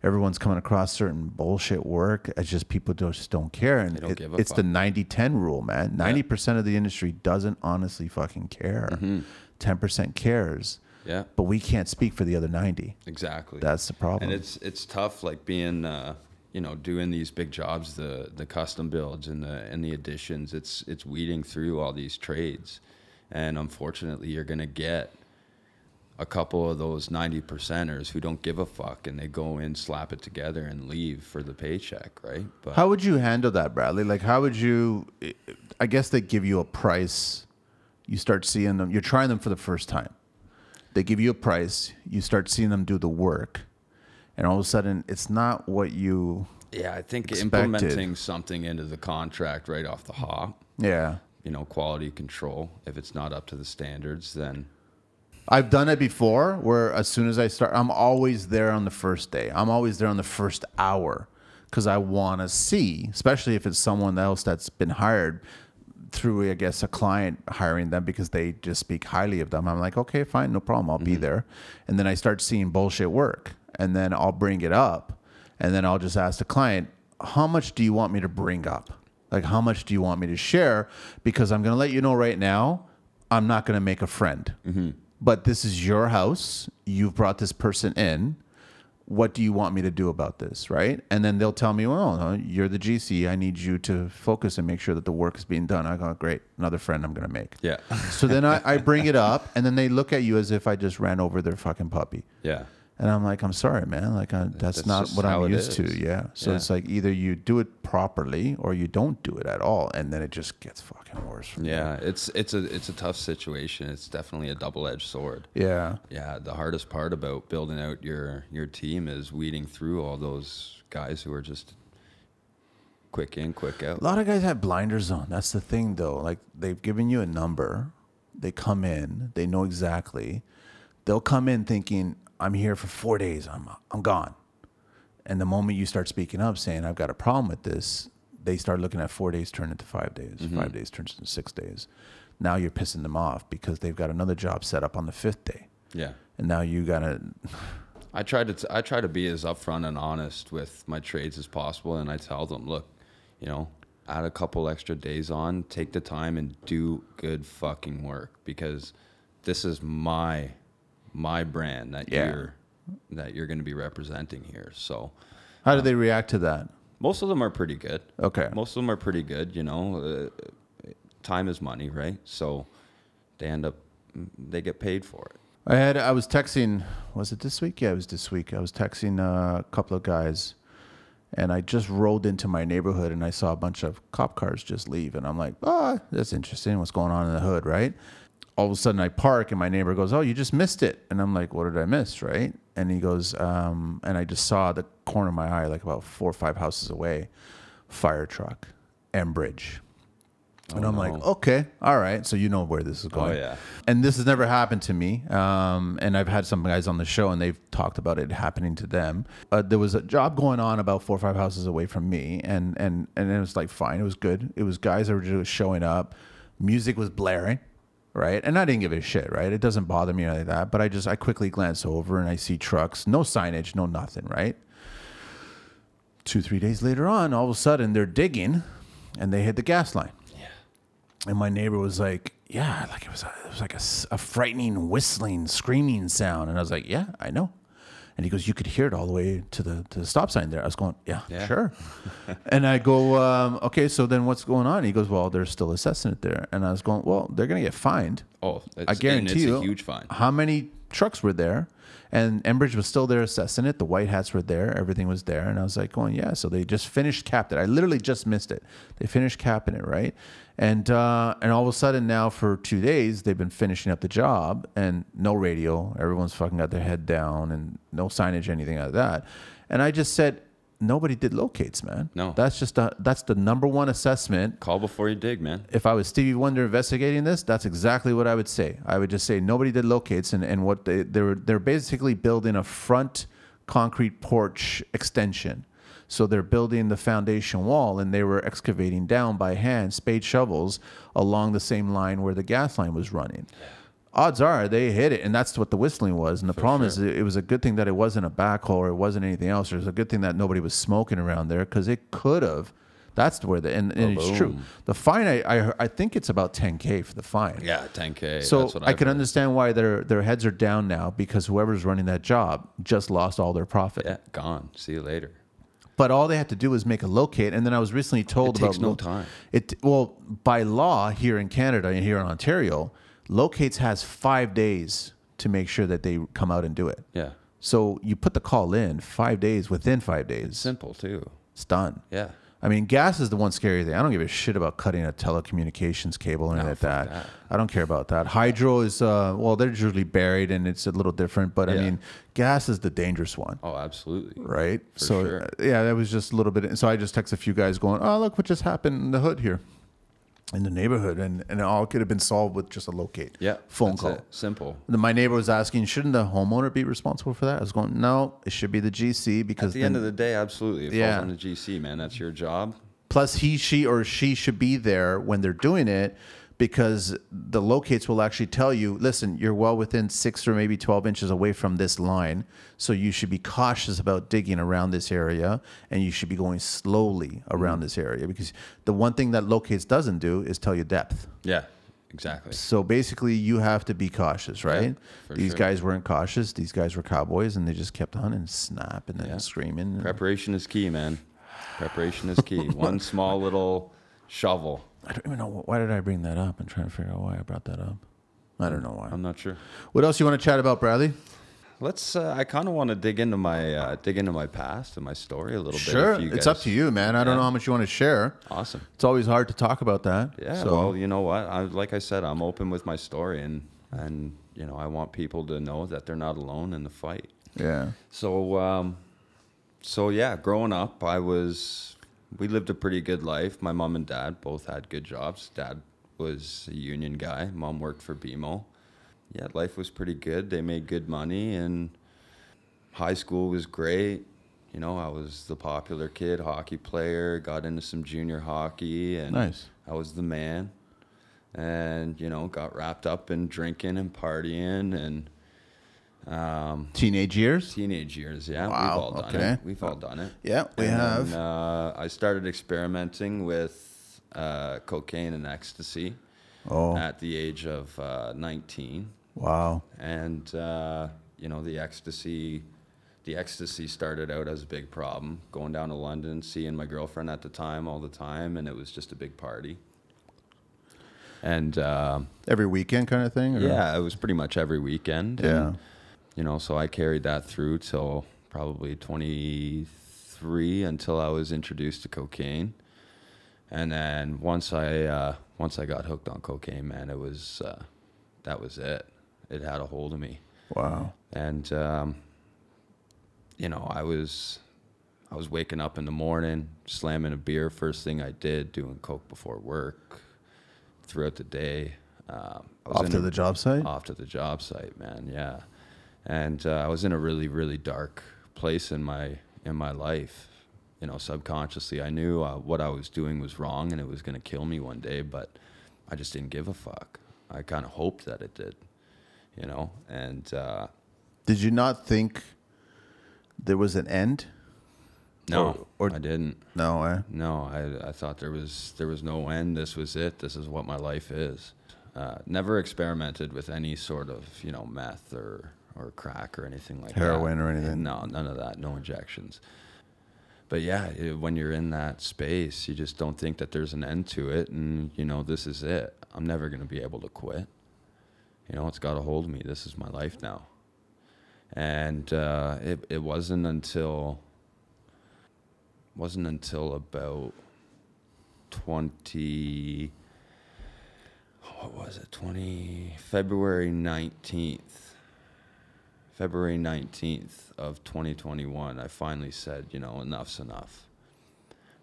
S2: Everyone's coming across certain bullshit work. It's just people don't- just don't care. And
S1: don't
S2: it-
S1: give a
S2: it's the
S1: fuck.
S2: 90 10 rule, man. 90% of the industry doesn't honestly fucking care.
S1: Mm-hmm.
S2: 10% cares
S1: Yeah.
S2: but we can't speak for the other 90
S1: Exactly.
S2: that's the problem
S1: and it's it's tough, like being uh, you know doing these big jobs, the the custom builds and the and the additions. It's it's weeding through all these trades, and unfortunately, you're gonna get a couple of those ninety percenters who don't give a fuck and they go in, slap it together, and leave for the paycheck, right? But
S2: how would you handle that bradley like how would you i guess they give you a price you start seeing them you're trying them for the first time they give you a price you start seeing them do the work and all of a sudden it's not what you
S1: yeah, I think
S2: Expected.
S1: implementing something into the contract right off the hop,
S2: yeah
S1: you know, quality control. If it's not up to the standards, then
S2: I've done it before where as soon as I start, I'm always there on the first day. I'm always there on the first hour because I want to see, especially if it's someone else that's been hired through, I guess, a client hiring them because they just speak highly of them. I'm like, okay, fine, no problem. I'll be there. And then I start seeing bullshit work and then I'll bring it up and then I'll just ask the client, how much do you want me to bring up? Like, how much do you want me to share? Because I'm going to let you know right now, I'm not going to make a friend.
S1: Mm-hmm.
S2: But this is your house. You've brought this person in. What do you want me to do about this? Right. And then they'll tell me, well, no, you're the GC. I need you to focus and make sure that the work is being done. I go, great. Another friend I'm going to make.
S1: Yeah.
S2: So then I, I bring it up, and then they look at you as if I just ran over their fucking puppy.
S1: Yeah.
S2: And I'm like, I'm sorry, man. Like, I, that's,
S1: That's
S2: not
S1: just
S2: what
S1: how
S2: I'm
S1: it
S2: used to.
S1: is.
S2: Yeah. So
S1: Yeah.
S2: it's like either you do it properly or you don't do it at all, and then it just gets fucking worse. From
S1: Yeah. It's it's a it's a tough situation. It's definitely a double edged sword.
S2: there. Yeah.
S1: Yeah, the hardest part about building out your your team is weeding through all those guys who are just quick in, quick out.
S2: A lot of guys have blinders on. That's the thing, though. Like they've given you a number, they come in, they know exactly. They'll come in thinking, "I'm here for four days. I'm I'm gone." And the moment you start speaking up, saying, "I've got a problem with this," they start looking at four days turn into five days, five days turns into six days. Now you're pissing them off because they've got another job set up on the fifth day,
S1: Yeah.
S2: and now you gotta.
S1: I try to t- I try to be as upfront and honest with my trades as possible, and I tell them, look, you know, add a couple extra days on, take the time and do good fucking work because this is my my brand that
S2: Yeah.
S1: you're that you're going to be representing here. So
S2: How do they react to that?
S1: most of them are pretty good.
S2: Okay.
S1: Most of them are pretty good, you know. Uh, time is money, right? So they end up they get paid for it.
S2: I had I was texting was it this week? Yeah, it was this week. I was texting uh, a couple of guys and I just rolled into my neighborhood and I saw a bunch of cop cars just leave and I'm like, "Ah, that's interesting. What's going on in the hood, right?" All of a sudden I park and my neighbor goes, "Oh, you just missed it." And I'm like, "What did I miss?" right? And he goes, um, and I just saw the corner of my eye like about 4 or 5 houses away, fire truck, Embridge. And I'm like,
S1: Oh, no. Oh,
S2: okay, all right. So you know where this is going.
S1: yeah.
S2: And this has never happened to me. Um, and I've had some guys on the show and they've talked about it happening to them. Uh, there was a job going on about four or five houses away from me. And, and, and it was like, fine. It was good. It was guys that were just showing up. Music was blaring. Right. And I didn't give a shit. Right. It doesn't bother me or like that. But I just, I quickly glance over and I see trucks, no signage, no nothing. Right two, three days later on, all of a sudden they're digging and they hit the gas line. Yeah. And my neighbor was like, yeah, like it was, a, it was like a, s- a frightening whistling, screaming sound. And I was like, yeah, I know. And he goes, you could hear it all the way to the, to the stop sign there. I was going, yeah,
S1: Yeah.
S2: sure. and I go, um, okay, so then what's going on? He goes, well, they're still assessing it there. And I was going, well, they're going to get fined.
S1: Oh, it's,
S2: I guarantee
S1: and it's
S2: you,
S1: a huge fine.
S2: How many trucks were there? And Enbridge was still there assessing it. The white hats were there. Everything was there. And I was like, going, yeah. So they just finished capped it. I literally just missed it. They finished capping it, right? And uh, and all of a sudden now for two days they've been finishing up the job and no radio. Everyone's fucking got their head down and no signage, anything like that. And I just said, nobody did locates, man.
S1: No.
S2: that's just a, that's the number one assessment
S1: Call before you dig, man.
S2: if I was Stevie Wonder investigating this, that's exactly what I would say. I would just say nobody did locates, and, and what they they were they're basically building a front concrete porch extension. So they're building the foundation wall, and they were excavating down by hand, spade shovels, along the same line where the gas line was running. Odds are they hit it, and that's what the whistling was. And the problem is, it it was a good thing that it wasn't a backhoe or it wasn't anything else. It was a good thing that nobody was smoking around there because it could have. That's where the and, and it's true. The fine, I, I I think it's about 10k for the fine.
S1: Yeah, 10k.
S2: So
S1: that's what
S2: I
S1: I've
S2: can
S1: heard.
S2: understand why their their heads are down now because whoever's running that job just lost all their profit.
S1: Yeah, gone. See you later.
S2: But all they had to do was make a locate, and then I was recently told
S1: It
S2: about
S1: takes no
S2: lo-
S1: time.
S2: It well by law here in Canada and here in Ontario, locates has five days to make sure that they come out and do it.
S1: Yeah,
S2: So you put the call in five days. Within five days,
S1: simple too.
S2: it's done.
S1: Yeah,
S2: I mean, gas is the one scary thing. I don't give a shit about cutting a telecommunications cable or anything like that. I don't care about that. Hydro is, uh, well, they're usually buried and it's a little different, but I
S1: Yeah.
S2: mean, gas is the dangerous one,
S1: oh, absolutely.
S2: right? so,
S1: sure.
S2: uh, yeah, that was just a little bit. So I just text a few guys going, oh, look what just happened in the hood here, in the neighborhood. And, and it all could have been solved with just a locate
S1: Yeah,
S2: phone
S1: that's
S2: call.
S1: it. Simple.
S2: Then My neighbor was asking, shouldn't the homeowner be responsible for that? I was going, no, it should be the GC because
S1: At the end
S2: then-
S1: of the day, absolutely. It
S2: Yeah.
S1: falls on the GC, man. That's your job.
S2: plus he she or she should be there when they're doing it because the locates will actually tell you, listen, you're well within six or maybe 12 inches away from this line. So you should be cautious about digging around this area and you should be going slowly
S1: Mm-hmm.
S2: around this area because the one thing that locates doesn't do is tell you depth.
S1: Yeah, exactly.
S2: So basically, you have to be cautious, right?
S1: for
S2: These
S1: sure.
S2: guys weren't cautious. These guys were cowboys, and they just kept on and snap and then screaming.
S1: Preparation is key, man. Preparation is key. One small little shovel.
S2: I don't even know why did I bring that up. I'm trying to figure out why I brought that up. I don't know why.
S1: I'm not sure.
S2: Um, What else you want to chat about, Bradley?
S1: Let's. Uh, I kind of want to dig into my uh, dig into my past and my story a little
S2: Sure,
S1: bit. if
S2: it's
S1: guys-
S2: up to you, man. I don't know how much you want to share.
S1: Awesome.
S2: It's always hard to talk about that.
S1: Yeah.
S2: So
S1: well, you know what? I, like I said, I'm open with my story, and and you know, I want people to know that they're not alone in the fight.
S2: yeah,
S1: So, um, so yeah, growing up, I was we lived a pretty good life. My mom and dad both had good jobs. Dad was a union guy. Mom worked for BMO. Yeah, life was pretty good. They made good money, and high school was great. You know, I was the popular kid, hockey player. Got into some junior hockey, and
S2: nice.
S1: I was the man, and you know, got wrapped up in drinking and partying and
S2: Teenage years.
S1: teenage years. Yeah,
S2: Wow,
S1: we've all done
S2: okay.
S1: it. We've all done it.
S2: Yeah, we
S1: And
S2: have.
S1: Then, uh, I started experimenting with uh, cocaine and ecstasy
S2: oh
S1: at the age of uh, 19,
S2: wow.
S1: and uh, you know the ecstasy. The ecstasy started out as a big problem. Going down to London, seeing my girlfriend at the time all the time, and it was just a big party. And uh,
S2: Every weekend kind of thing. or-
S1: yeah, it was pretty much every weekend.
S2: Yeah.
S1: and, you know, so I carried that through till probably 23 until I was introduced to cocaine. And then once I uh, once I got hooked on cocaine, man, it was uh, that was it. It had a hold of me
S2: Wow.
S1: and um, you know i was i was waking up in the morning slamming a beer first thing i did doing coke before work throughout the day um, I was
S2: Off
S1: in
S2: to
S1: a- uh,
S2: the job site.
S1: off to the job site man yeah and uh, i was in a really really dark place in my in my life you know subconsciously i knew uh, what i was doing was wrong and it was going to kill me one day but i just didn't give a fuck i kind of hoped that it did you know and uh,
S2: Did you not think there was an end?
S1: No,
S2: Or- or-
S1: I didn't.
S2: No. Eh?
S1: No, I, I thought there was there was no end. This was it. This is what my life is. Uh, never experimented with any sort of you know meth or or crack or anything like
S2: Heroin
S1: that.
S2: or anything?
S1: No, none of that. No injections. But yeah, it, when you're in that space, you just don't think that there's an end to it, and you know this is it. I'm never gonna be able to quit. You know, it's got a hold of me. This is my life now. And uh, it it wasn't until wasn't until about 20 what was it 20 february 19th february 19th of 2021 i finally said you know enough's enough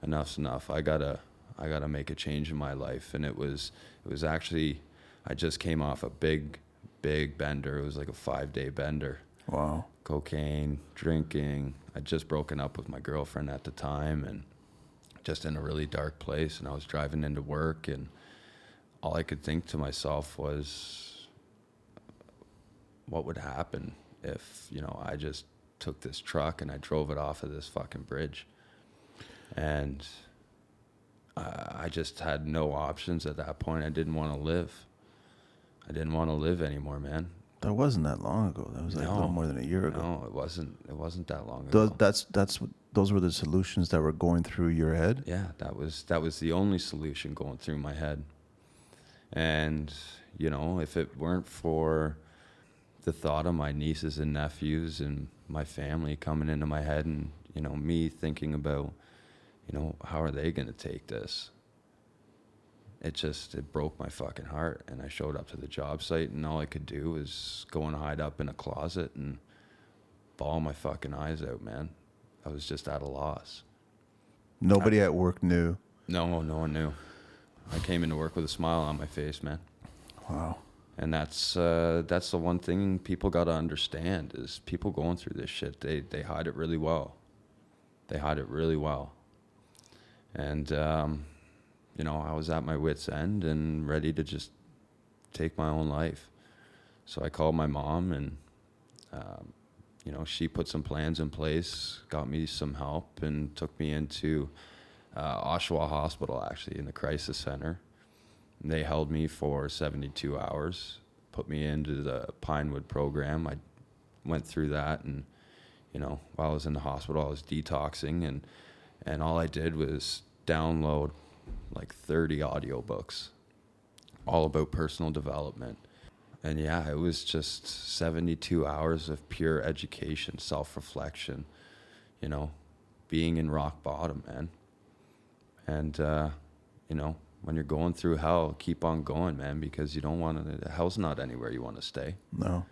S1: enough's enough i gotta i gotta make a change in my life and it was it was actually i just came off a big big bender it was like a five day bender
S2: Wow.
S1: cocaine, drinking. I'd just broken up with my girlfriend at the time and just in a really dark place. And I was driving into work, and all I could think to myself was, what would happen if, you know, I just took this truck and I drove it off of this fucking bridge? And I I just had no options at that point. I didn't want to live. I didn't want to live anymore, man.
S2: That wasn't that long ago. That was like a little
S1: No.
S2: more than a year ago.
S1: No, it wasn't. It wasn't that long ago.
S2: Those, that's that's what- those were the solutions that were going through your head.
S1: yeah, that was that was the only solution going through my head. And you know, if it weren't for the thought of my nieces and nephews and my family coming into my head, and you know, me thinking about, you know, how are they going to take this? It just it broke my fucking heart, and I showed up to the job site, and all I could do was go and hide up in a closet and bawl my fucking eyes out, man. I was just at a loss.
S2: Nobody at work knew.
S1: No, no one knew. I came into work with a smile on my face, man.
S2: Wow.
S1: And that's uh, that's the one thing people got to understand is people going through this shit. They they hide it really well. They hide it really well. And um, you know, I was at my wits' end and ready to just take my own life. So I called my mom, and um, you know, she put some plans in place, got me some help, and took me into uh, Oshawa Hospital, actually, in the crisis center. And they held me for 72 hours, put me into the Pinewood program. I went through that, and you know, while I was in the hospital, I was detoxing, and and all I did was download like 30 audiobooks all about personal development. And yeah, it was just 72 hours of pure education, self reflection, you know, being in rock bottom, man. And, uh, you know, when you're going through hell, keep on going, man, because you don't want to, hell's not anywhere you want to stay,
S2: No.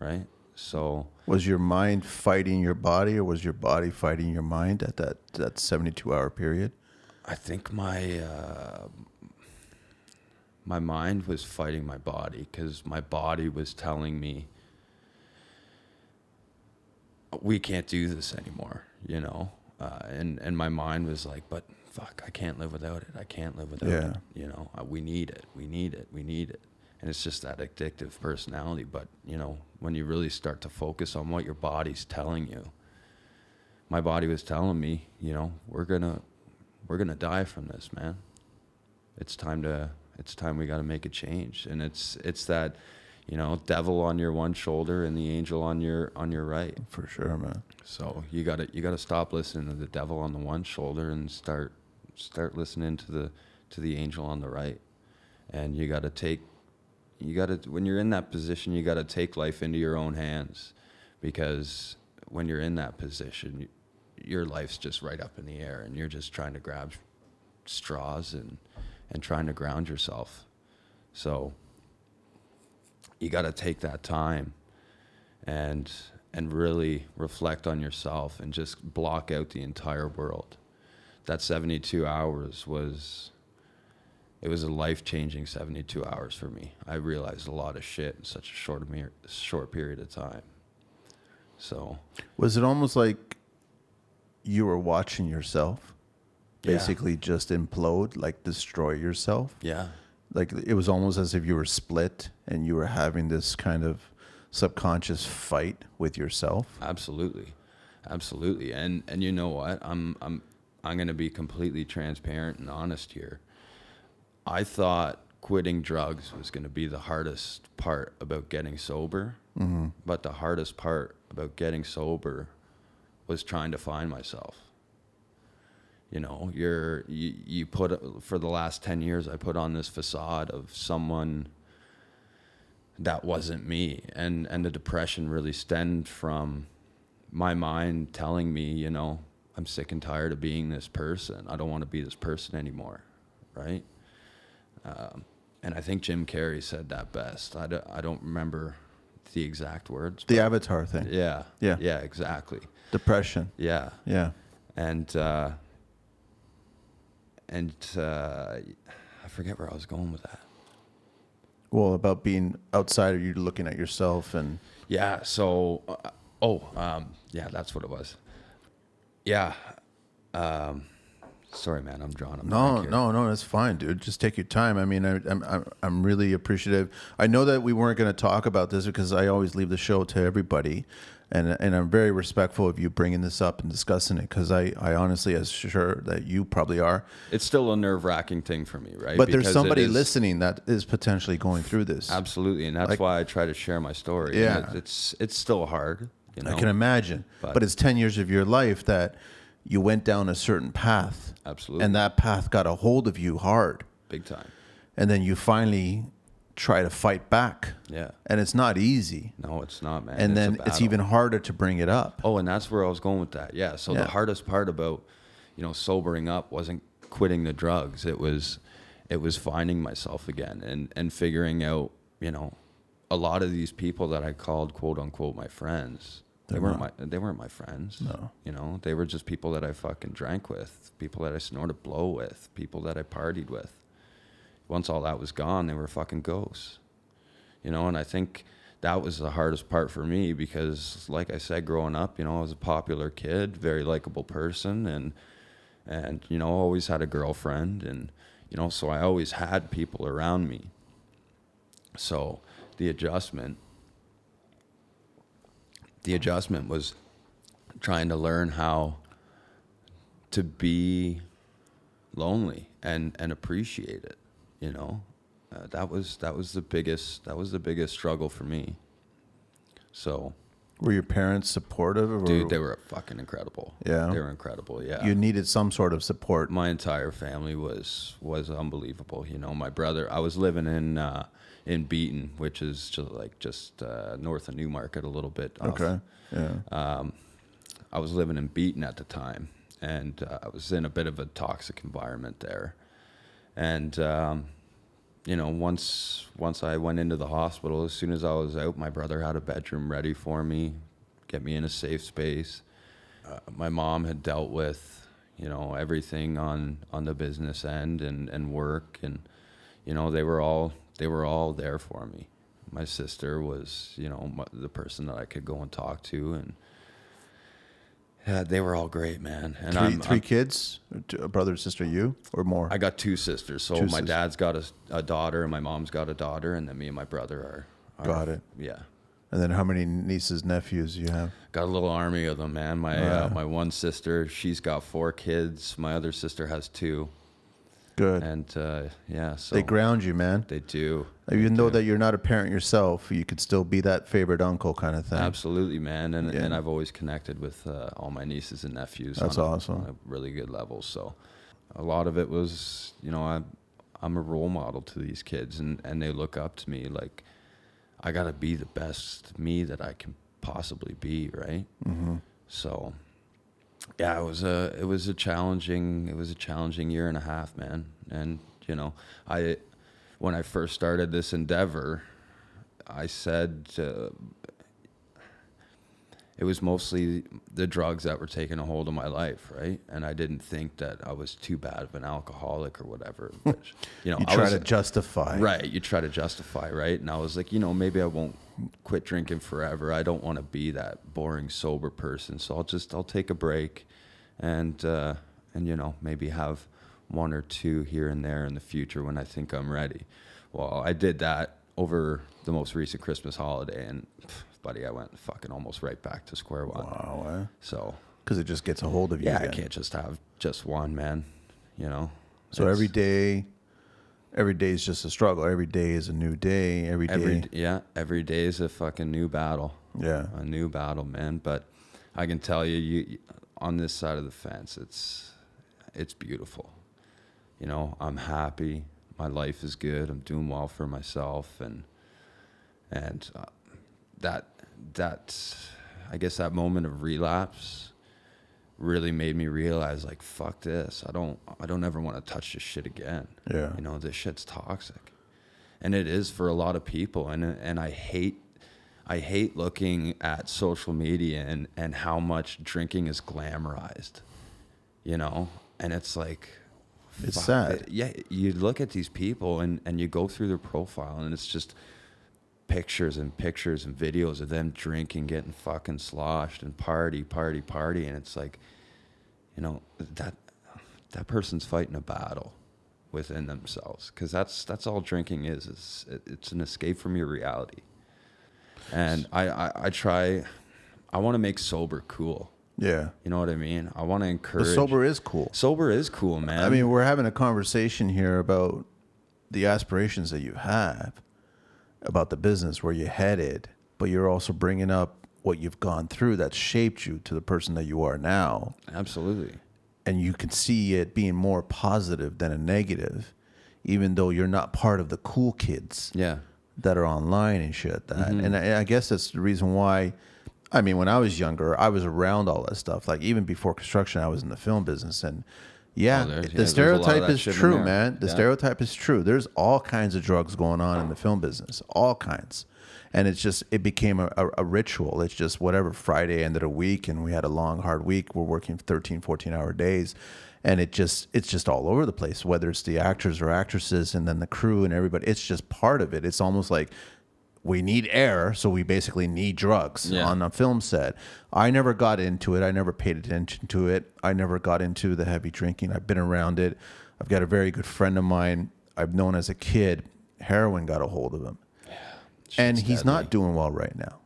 S1: right? So,
S2: Was your mind fighting your body, or was your body fighting your mind at that that seventy two hour period?
S1: I think my uh, my mind was fighting my body because my body was telling me we can't do this anymore, you know. Uh, and and my mind was like, but fuck, I can't live without it. I can't live without
S2: Yeah.
S1: it. You know, Uh, we need it. We need it. We need it. And it's just that addictive personality. But you know, when you really start to focus on what your body's telling you, my body was telling me, you know, we're gonna we're gonna die from this, man. It's time to it's time we gotta make a change. And it's it's that, you know, devil on your one shoulder and the angel on your on your right.
S2: For sure, man.
S1: So you gotta you gotta stop listening to the devil on the one shoulder and start start listening to the to the angel on the right. And you gotta take you gotta when you're in that position you gotta take life into your own hands because when you're in that position y your life's just right up in the air and you're just trying to grab straws and and trying to ground yourself. So you gotta take that time and and really reflect on yourself and just block out the entire world. That 72 hours was it was a life-changing 72 hours for me. I realized a lot of shit in such a short mer- short period of time. So,
S2: Was it almost like you were watching yourself,
S1: Yeah.
S2: basically just implode, like destroy yourself?
S1: yeah.
S2: like it was almost as if you were split and you were having this kind of subconscious fight with yourself
S1: Absolutely, absolutely, and and you know what? I'm I'm I'm going to be completely transparent and honest here. I thought quitting drugs was going to be the hardest part about getting sober, but the hardest part about getting sober was trying to find myself. You know, you're you, you put for the last ten years, I put on this facade of someone that wasn't me and and the depression really stemmed from my mind telling me you know i'm sick and tired of being this person i don't want to be this person anymore right um, and i think jim carrey said that best i, do, I don't remember the exact words
S2: the avatar thing
S1: yeah
S2: Yeah.
S1: yeah exactly
S2: depression
S1: yeah
S2: yeah
S1: and uh, and uh, i forget where i was going with that
S2: well about being outside or you looking at yourself and
S1: Yeah. So, uh, oh, um, yeah, that's what it was. Yeah. Um, sorry, man. I'm drawing a
S2: no
S1: blank here.
S2: no no that's fine dude just take your time i mean I, I'm, I'm, I'm really appreciative i know that we weren't going to talk about this because i always leave the show to everybody and, and i'm very respectful of you bringing this up and discussing it because I, I honestly as sure that you probably are
S1: It's still a nerve wracking thing for me, right?
S2: but
S1: Because
S2: there's
S1: it
S2: somebody
S1: is-
S2: listening that is potentially going through this.
S1: Absolutely, and that's why I try to share my story.
S2: Yeah.
S1: And it- it's it's still hard. You know?
S2: I can imagine. But,
S1: But-
S2: it's 10 years of your life that you went down a certain path.
S1: Absolutely.
S2: And that path got a hold of you hard.
S1: Big time.
S2: And then you finally try to fight back.
S1: Yeah.
S2: And it's not easy.
S1: No, it's not, man. It's
S2: And,
S1: a
S2: then it's
S1: battle.
S2: even harder to bring it up.
S1: Oh, and that's where I was going with that. Yeah. So
S2: Yeah.
S1: the hardest part about, you know, sobering up wasn't quitting the drugs. It was, it was finding myself again and and figuring out, you know, a lot of these people that I called quote unquote my friends. They
S2: They're
S1: weren't my they weren't my friends.
S2: No.
S1: You know, they were just people that I fucking drank with, people that I snorted blow with, people that I partied with. Once all that was gone, they were fucking ghosts you know and i think that was the hardest part for me because like i said growing up you know i was a popular kid very likable person and and you know always had a girlfriend and you know, so I always had people around me. So the adjustment, the adjustment was trying to learn how to be lonely and and appreciate it. You know, uh, that was that was the biggest that was the biggest struggle for me. So,
S2: Were your parents supportive? Or
S1: dude, they were fucking incredible.
S2: Yeah.
S1: they were uh, incredible. Yeah,
S2: you needed some sort of support.
S1: my entire family was was unbelievable. You know, my brother. I was living in uh, in Beaton, which is just like just uh, north of Newmarket a little bit. off.
S2: Okay. Yeah.
S1: I was living in Beaton at the time, and uh, I was in a bit of a toxic environment there. And um, you know, once once I went into the hospital, as soon as I was out, my brother had a bedroom ready for me, get me in a safe space. Uh, my mom had dealt with, you know, everything on on the business end and and work, and you know, they were all they were all there for me. My sister was, you know, my, the person that I could go and talk to, and yeah, they were all great, man. And
S2: 3
S1: I'm,
S2: three
S1: I'm-
S2: kids, T- a brother, sister, you, or more.
S1: I got two sisters. So
S2: Two
S1: my
S2: sisters.
S1: dad's got a, a daughter, and my mom's got a daughter, and then me and my brother are. are
S2: Got it.
S1: Yeah,
S2: and then how many nieces, nephews you have?
S1: got a little army of them, man. My uh, my one sister, she's got four kids. My other sister has two,
S2: Good.
S1: and uh, yeah, so
S2: they ground you, man.
S1: they do.
S2: Even though that you're not a parent yourself, you could still be that favorite uncle kind of thing.
S1: Absolutely, man, and
S2: Yeah.
S1: and I've always connected with uh, all my nieces and nephews.
S2: That's
S1: on a-
S2: awesome.
S1: on a really good level. So, a lot of it was, you know, I, I'm a role model to these kids, and and they look up to me like, I gotta be the best me that I can possibly be, right?
S2: Mm-hmm.
S1: So, yeah, it was a it was a challenging it was a challenging year and a half, man. And you know, I when I first started this endeavor, I said uh, it was mostly the drugs that were taking a hold of my life, right? And I didn't think that I was too bad of an alcoholic or whatever. Which, you know,
S2: You
S1: I
S2: try
S1: was,
S2: to justify.
S1: Right. You try to justify, right? And I was like, you know, maybe I won't quit drinking forever. I don't want to be that boring sober person. So I'll just I'll take a break and uh and you know, maybe have one or two here and there in the future when I think I'm ready. Well, I did that over the most recent Christmas holiday and pff, buddy, I went fucking almost right back to square one.
S2: Wow.
S1: So,
S2: Because it just gets a hold of you.
S1: yeah, I
S2: again.
S1: can't just have just one, man, you know.
S2: So every day, every day is just a struggle. Every day is a new day. Every day.
S1: every yeah, every day is a fucking new battle.
S2: yeah.
S1: a new battle, man. But I can tell you, you on this side of the fence, it's it's beautiful. You know, I'm happy. My life is good. I'm doing well for myself, and and uh, that that I guess that moment of relapse really made me realize, like, fuck this. I don't I don't ever want to touch this shit again.
S2: Yeah.
S1: You know, this shit's toxic and it is for a lot of people and and I hate I hate looking at social media and and how much drinking is glamorized you know and it's like
S2: It's
S1: fuck,
S2: sad.
S1: it- yeah you look at these people and and you go through their profile and it's just pictures and pictures and videos of them drinking getting fucking sloshed and party party party and it's like you know that that person's fighting a battle within themselves because that's that's all drinking is is it- it's an escape from your reality and i i, I try i want to make sober cool
S2: yeah.
S1: you know what i mean i want to
S2: But
S1: encourage
S2: sober is cool.
S1: sober is cool man
S2: I mean, we're having a conversation here about the aspirations that you have, about the business where you're headed, but you're also bringing up what you've gone through that shaped you to the person that you are now.
S1: absolutely
S2: And you can see it being more positive than a negative, even though you're not part of the cool kids
S1: yeah
S2: that are online and shit. like That
S1: Mm-hmm.
S2: and I, I guess that's the reason why. I mean, when I was younger, I was around all that stuff. Like even before construction, I was in the film business, and yeah,
S1: Oh, there's- yeah,
S2: the
S1: there's a lot of
S2: stereotype
S1: that
S2: is
S1: shit in
S2: true,
S1: there.
S2: man. The
S1: Yeah.
S2: stereotype is true. There's all kinds of drugs going on in the film business, all kinds. And it's just it became a, a, a ritual. It's just whatever Friday ended a week, and we had a long, hard week. We're working 13, 14 hour days, and it just it's just all over the place. Whether it's the actors or actresses, and then the crew and everybody, it's just part of it. It's almost like we need air, so we basically need drugs
S1: Yeah.
S2: on a film set. I never got into it. I never paid attention to it. I never got into the heavy drinking. I've been around it. I've got a very good friend of mine I've known as a kid. Heroin got a hold of him, and he's not doing well right now.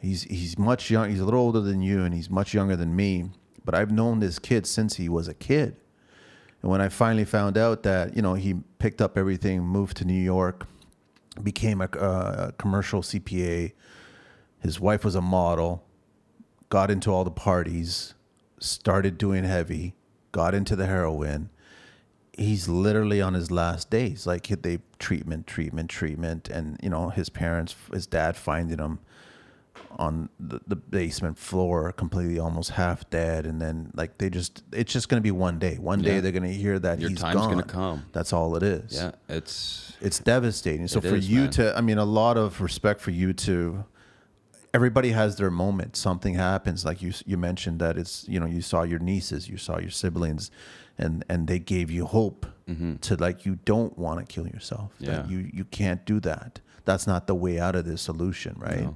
S2: He's he's much young. He's a little older than you, and he's much younger than me. But I've known this kid since he was a kid. And when I finally found out that you know he picked up everything, moved to New York, became a uh, commercial CPA. His wife was a model, got into all the parties, started doing heavy, got into the heroin. He's literally on his last days. Like they treatment, treatment, treatment, and you know his parents, his dad finding him on the, the basement floor, completely almost half dead, and then like they just, it's just gonna be one day. One day
S1: Yeah.
S2: they're gonna hear that
S1: Your
S2: he's
S1: time's gonna
S2: gone.
S1: come.
S2: That's all it is.
S1: Yeah, it's
S2: It's devastating. So
S1: It
S2: for
S1: is,
S2: you
S1: man.
S2: to, I mean, a lot of respect for you to. Everybody has their moment. Something happens, like you you mentioned that it's you know you saw your nieces, you saw your siblings, and and they gave you hope to like you don't want to kill yourself. That
S1: Mm-hmm. Yeah.
S2: you you can't do that. That's not the way out of this solution, right?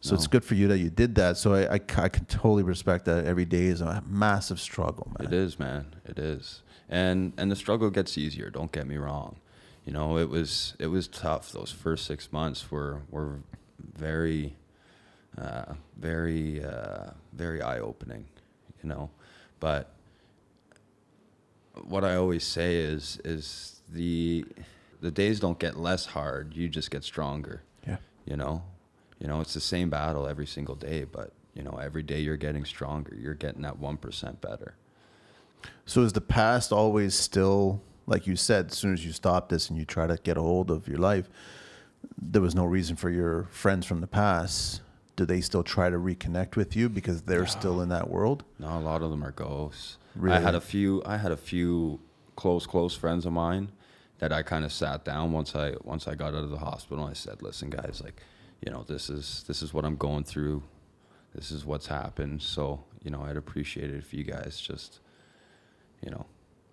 S2: So it's good for you that you did that. So I, I, c- I can totally respect that. Every day is a massive struggle, man.
S1: It is, man. It is. And and the struggle gets easier, don't get me wrong. You know, it was it was tough. Those first 6 months were were very uh very uh very eye-opening, you know. But what I always say is is the the days don't get less hard, you just get stronger
S2: Yeah.
S1: you know you know it's the same battle every single day but you know every day you're getting stronger you're getting that 1% better
S2: So is the past always still like you said? As soon as you stop this and you try to get a hold of your life, there was no reason for your friends from the past. Do they still try to reconnect with you because they're still in that world?
S1: now a lot of them are ghosts i
S2: Really?
S1: had a few i had a few close close friends of mine that i kind of sat down once i once i got out of the hospital i said listen guys like you know this is this is what i'm going through this is what's happened so you know i'd appreciate it if you guys just you know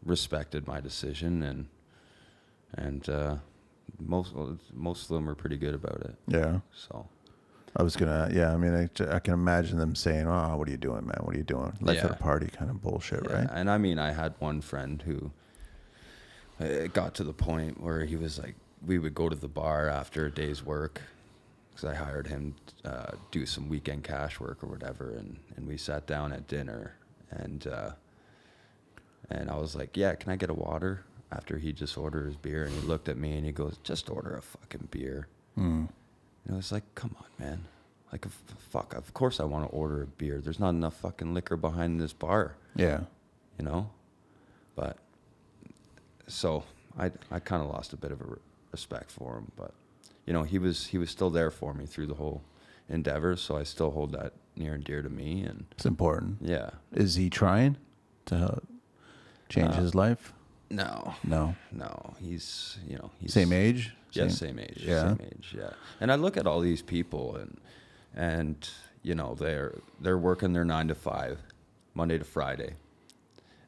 S1: respected my decision and and uh most most of them were pretty good about it
S2: Yeah,
S1: So
S2: I was gonna. Yeah, I mean, I, I can imagine them saying, "Oh, what are you doing, man? What are you doing? Life at
S1: Yeah.
S2: a party kind of bullshit,
S1: yeah,
S2: right?"
S1: and I mean, I had one friend who uh, it got to the point where he was like, we would go to the bar after a day's work because I hired him to uh, do some weekend cash work or whatever, and and we sat down at dinner and. Uh, and I was like, "Yeah, can I get a water?" After he just ordered his beer, and he looked at me and he goes, "Just order a fucking beer."
S2: Hmm.
S1: And I was like, "Come on, man! Like, f- fuck! Of course I want to order a beer. There's not enough fucking liquor behind this bar."
S2: Yeah.
S1: you know. But so I I kind of lost a bit of a re- respect for him, but you know he was he was still there for me through the whole endeavor, so I still hold that near and dear to me, and
S2: it's important.
S1: yeah,
S2: Is he trying to help change
S1: Uh,
S2: his life?
S1: no,
S2: No.
S1: no, he's you know he's
S2: Same age.
S1: yeah, same, age,
S2: Yeah.
S1: same age, yeah. And I look at all these people, and and you know they're they're working their nine to five, Monday to Friday,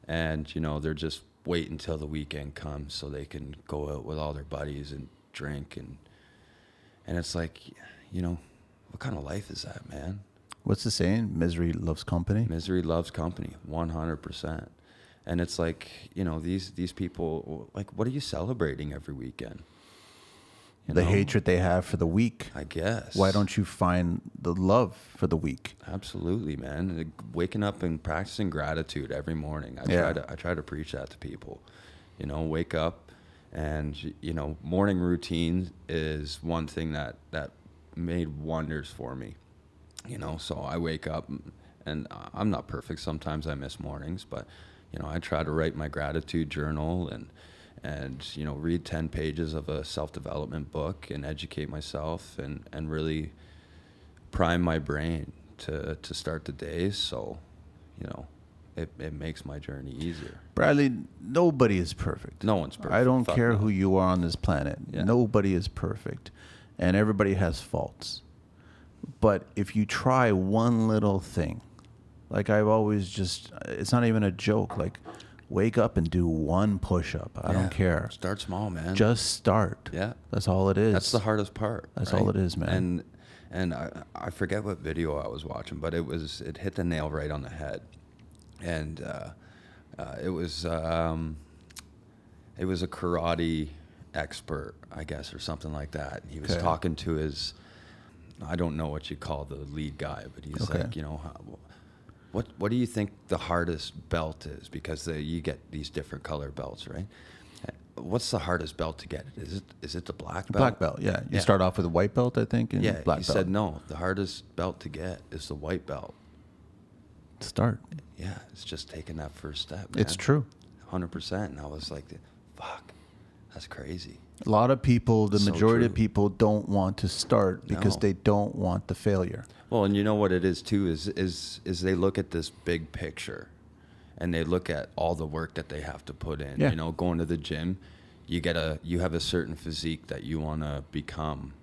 S1: and you know they're just wait until the weekend comes so they can go out with all their buddies and drink and and it's like, you know, what kind of life is that, man?
S2: What's the saying? Misery loves company.
S1: Misery loves company, one hundred percent. And it's like, you know, these these people, like, what are you celebrating every weekend? You
S2: the
S1: know?
S2: hatred they have for the weak.
S1: I guess.
S2: Why don't you find the love for the weak?
S1: Absolutely, man. Like, Waking up and practicing gratitude every morning. I
S2: Yeah.
S1: try to I try to preach that to people. You know, wake up and you know, morning routine is one thing that that made wonders for me. You know, so I wake up and I- I'm not perfect. Sometimes I miss mornings, but you know, I try to write my gratitude journal and and you know, read 10 pages of a self-development book and educate myself and and really prime my brain to to start the day so you know it, it makes my journey easier
S2: Bradley, nobody is perfect.
S1: no one's perfect
S2: I don't
S1: Fuck
S2: care
S1: no.
S2: who you are on this planet.
S1: Yeah.
S2: Nobody is perfect. And everybody has faults. But if you try one little thing, like I've always just, it's not even a joke. Like, wake up and do one push up. I
S1: Yeah.
S2: don't care.
S1: start small man
S2: Just start.
S1: Yeah.
S2: That's all it is.
S1: that's the hardest part
S2: That's all it is, man.
S1: and and I, I forget what video i was watching but it was it hit the nail right on the head and uh, uh, it was um, it was a karate expert, I guess, or something like that. He was
S2: Okay.
S1: talking to his, I don't know what you call the lead guy, but he's
S2: Okay.
S1: like, you know, how, what what do you think the hardest belt is? Because the, you get these different color belts, right? What's the hardest belt to get? Is it is it the black belt?
S2: Black belt, yeah. You
S1: Yeah.
S2: start off with a white belt, I think, and
S1: Yeah,
S2: black
S1: he
S2: belt.
S1: said no. The hardest belt to get is the white belt.
S2: Start.
S1: Yeah, it's just taking that first step.
S2: It's true.
S1: hundred percent. And I was like, fuck, that's crazy.
S2: A lot of people, the
S1: So
S2: majority of
S1: true.
S2: people, don't want to start because
S1: No.
S2: they don't want the failure.
S1: Well, and you know what it is too is is is they look at this big picture, and they look at all the work that they have to put in.
S2: Yeah.
S1: You know, going to the gym, you get a you have a certain physique that you want to become,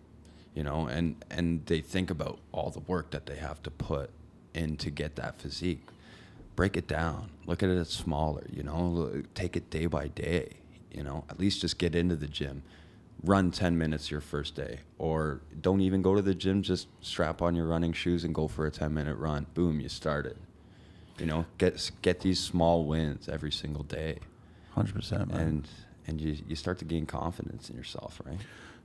S1: you know, and and they think about all the work that they have to put in to get that physique. Break it down. Look at it as smaller. You know, L- take it day by day. You know, at least just get into the gym. Run 10 minutes your first day, or don't even go to the gym. Just strap on your running shoes and go for a 10 minute run. Boom, you started. You know, get get these small wins every single day,
S2: 100%. Man.
S1: and and you you start to gain confidence in yourself, right?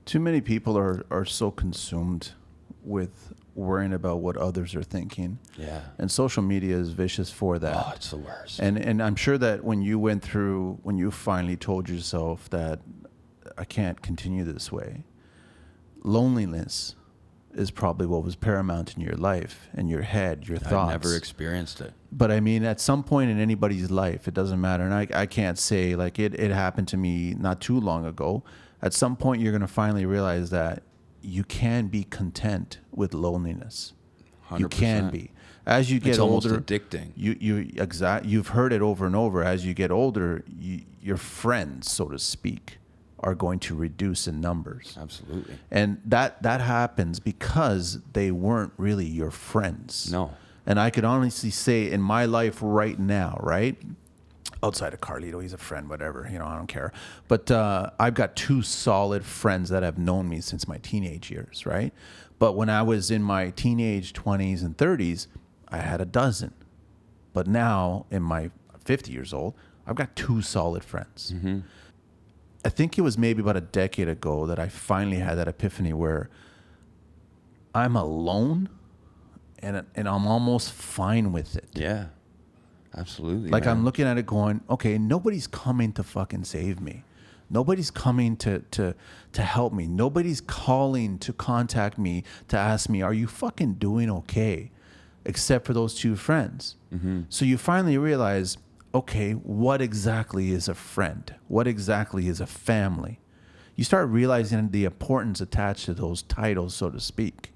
S2: Too many people are, are so consumed with worrying about what others are thinking.
S1: Yeah.
S2: And social media is vicious for that.
S1: Oh, it's the worst.
S2: And and I'm sure that when you went through, when you finally told yourself that I can't continue this way, loneliness is probably what was paramount in your life, in your head, your
S1: I
S2: thoughts.
S1: never experienced it.
S2: but I mean, at some point in anybody's life, it doesn't matter. And I, I can't say like it, it happened to me not too long ago. At some point, you're going to finally realize that you can be content with loneliness. You can
S1: 100%.
S2: be. As you get
S1: It's almost
S2: older,
S1: addicting.
S2: you you exact you've heard it over and over as you get older you, your friends so to speak are going to reduce in numbers
S1: Absolutely.
S2: and that that happens because they weren't really your friends
S1: No.
S2: and i could honestly say in my life right now right outside of carlito he's a friend whatever you know i don't care but uh, i've got two solid friends that have known me since my teenage years right but when i was in my teenage 20s and 30s i had a dozen but now in my 50 years old i've got two solid friends
S1: Mm-hmm.
S2: i think it was maybe about a decade ago that i finally had that epiphany where i'm alone and, and i'm almost fine with it
S1: Yeah. Absolutely.
S2: like
S1: man.
S2: i'm looking at it going okay nobody's coming to fucking save me nobody's coming to to to help me nobody's calling to contact me to ask me are you fucking doing okay except for those two friends
S1: Mm-hmm.
S2: so you finally realize okay what exactly is a friend what exactly is a family you start realizing the importance attached to those titles so to speak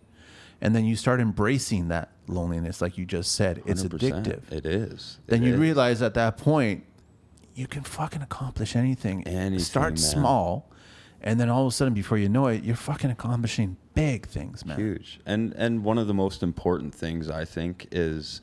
S2: and then you start embracing that loneliness like you just said it's
S1: 100%.
S2: addictive
S1: It is.
S2: then
S1: It
S2: you
S1: is.
S2: realize at that point you can fucking accomplish anything.
S1: Anything,
S2: Start
S1: man.
S2: small, and then all of a sudden, before you know it, you're fucking accomplishing big things, man.
S1: huge and and one of the most important things i think is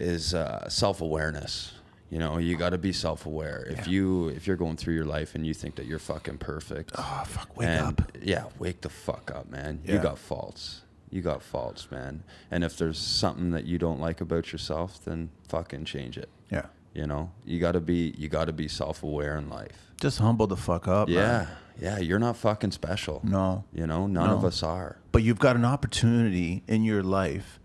S1: is uh, self-awareness you know you got to be self-aware if
S2: Yeah.
S1: you if you're going through your life and you think that you're fucking perfect
S2: Oh fuck, wake
S1: and,
S2: up.
S1: yeah wake the fuck up man
S2: Yeah.
S1: you got faults you got faults man and if there's something that you don't like about yourself then fucking change it
S2: Yeah,
S1: you know you got to be you got to be self-aware in life
S2: just humble the fuck up.
S1: yeah
S2: man.
S1: yeah you're not fucking special
S2: No,
S1: you know none of
S2: No.
S1: us are
S2: but you've got an opportunity in your life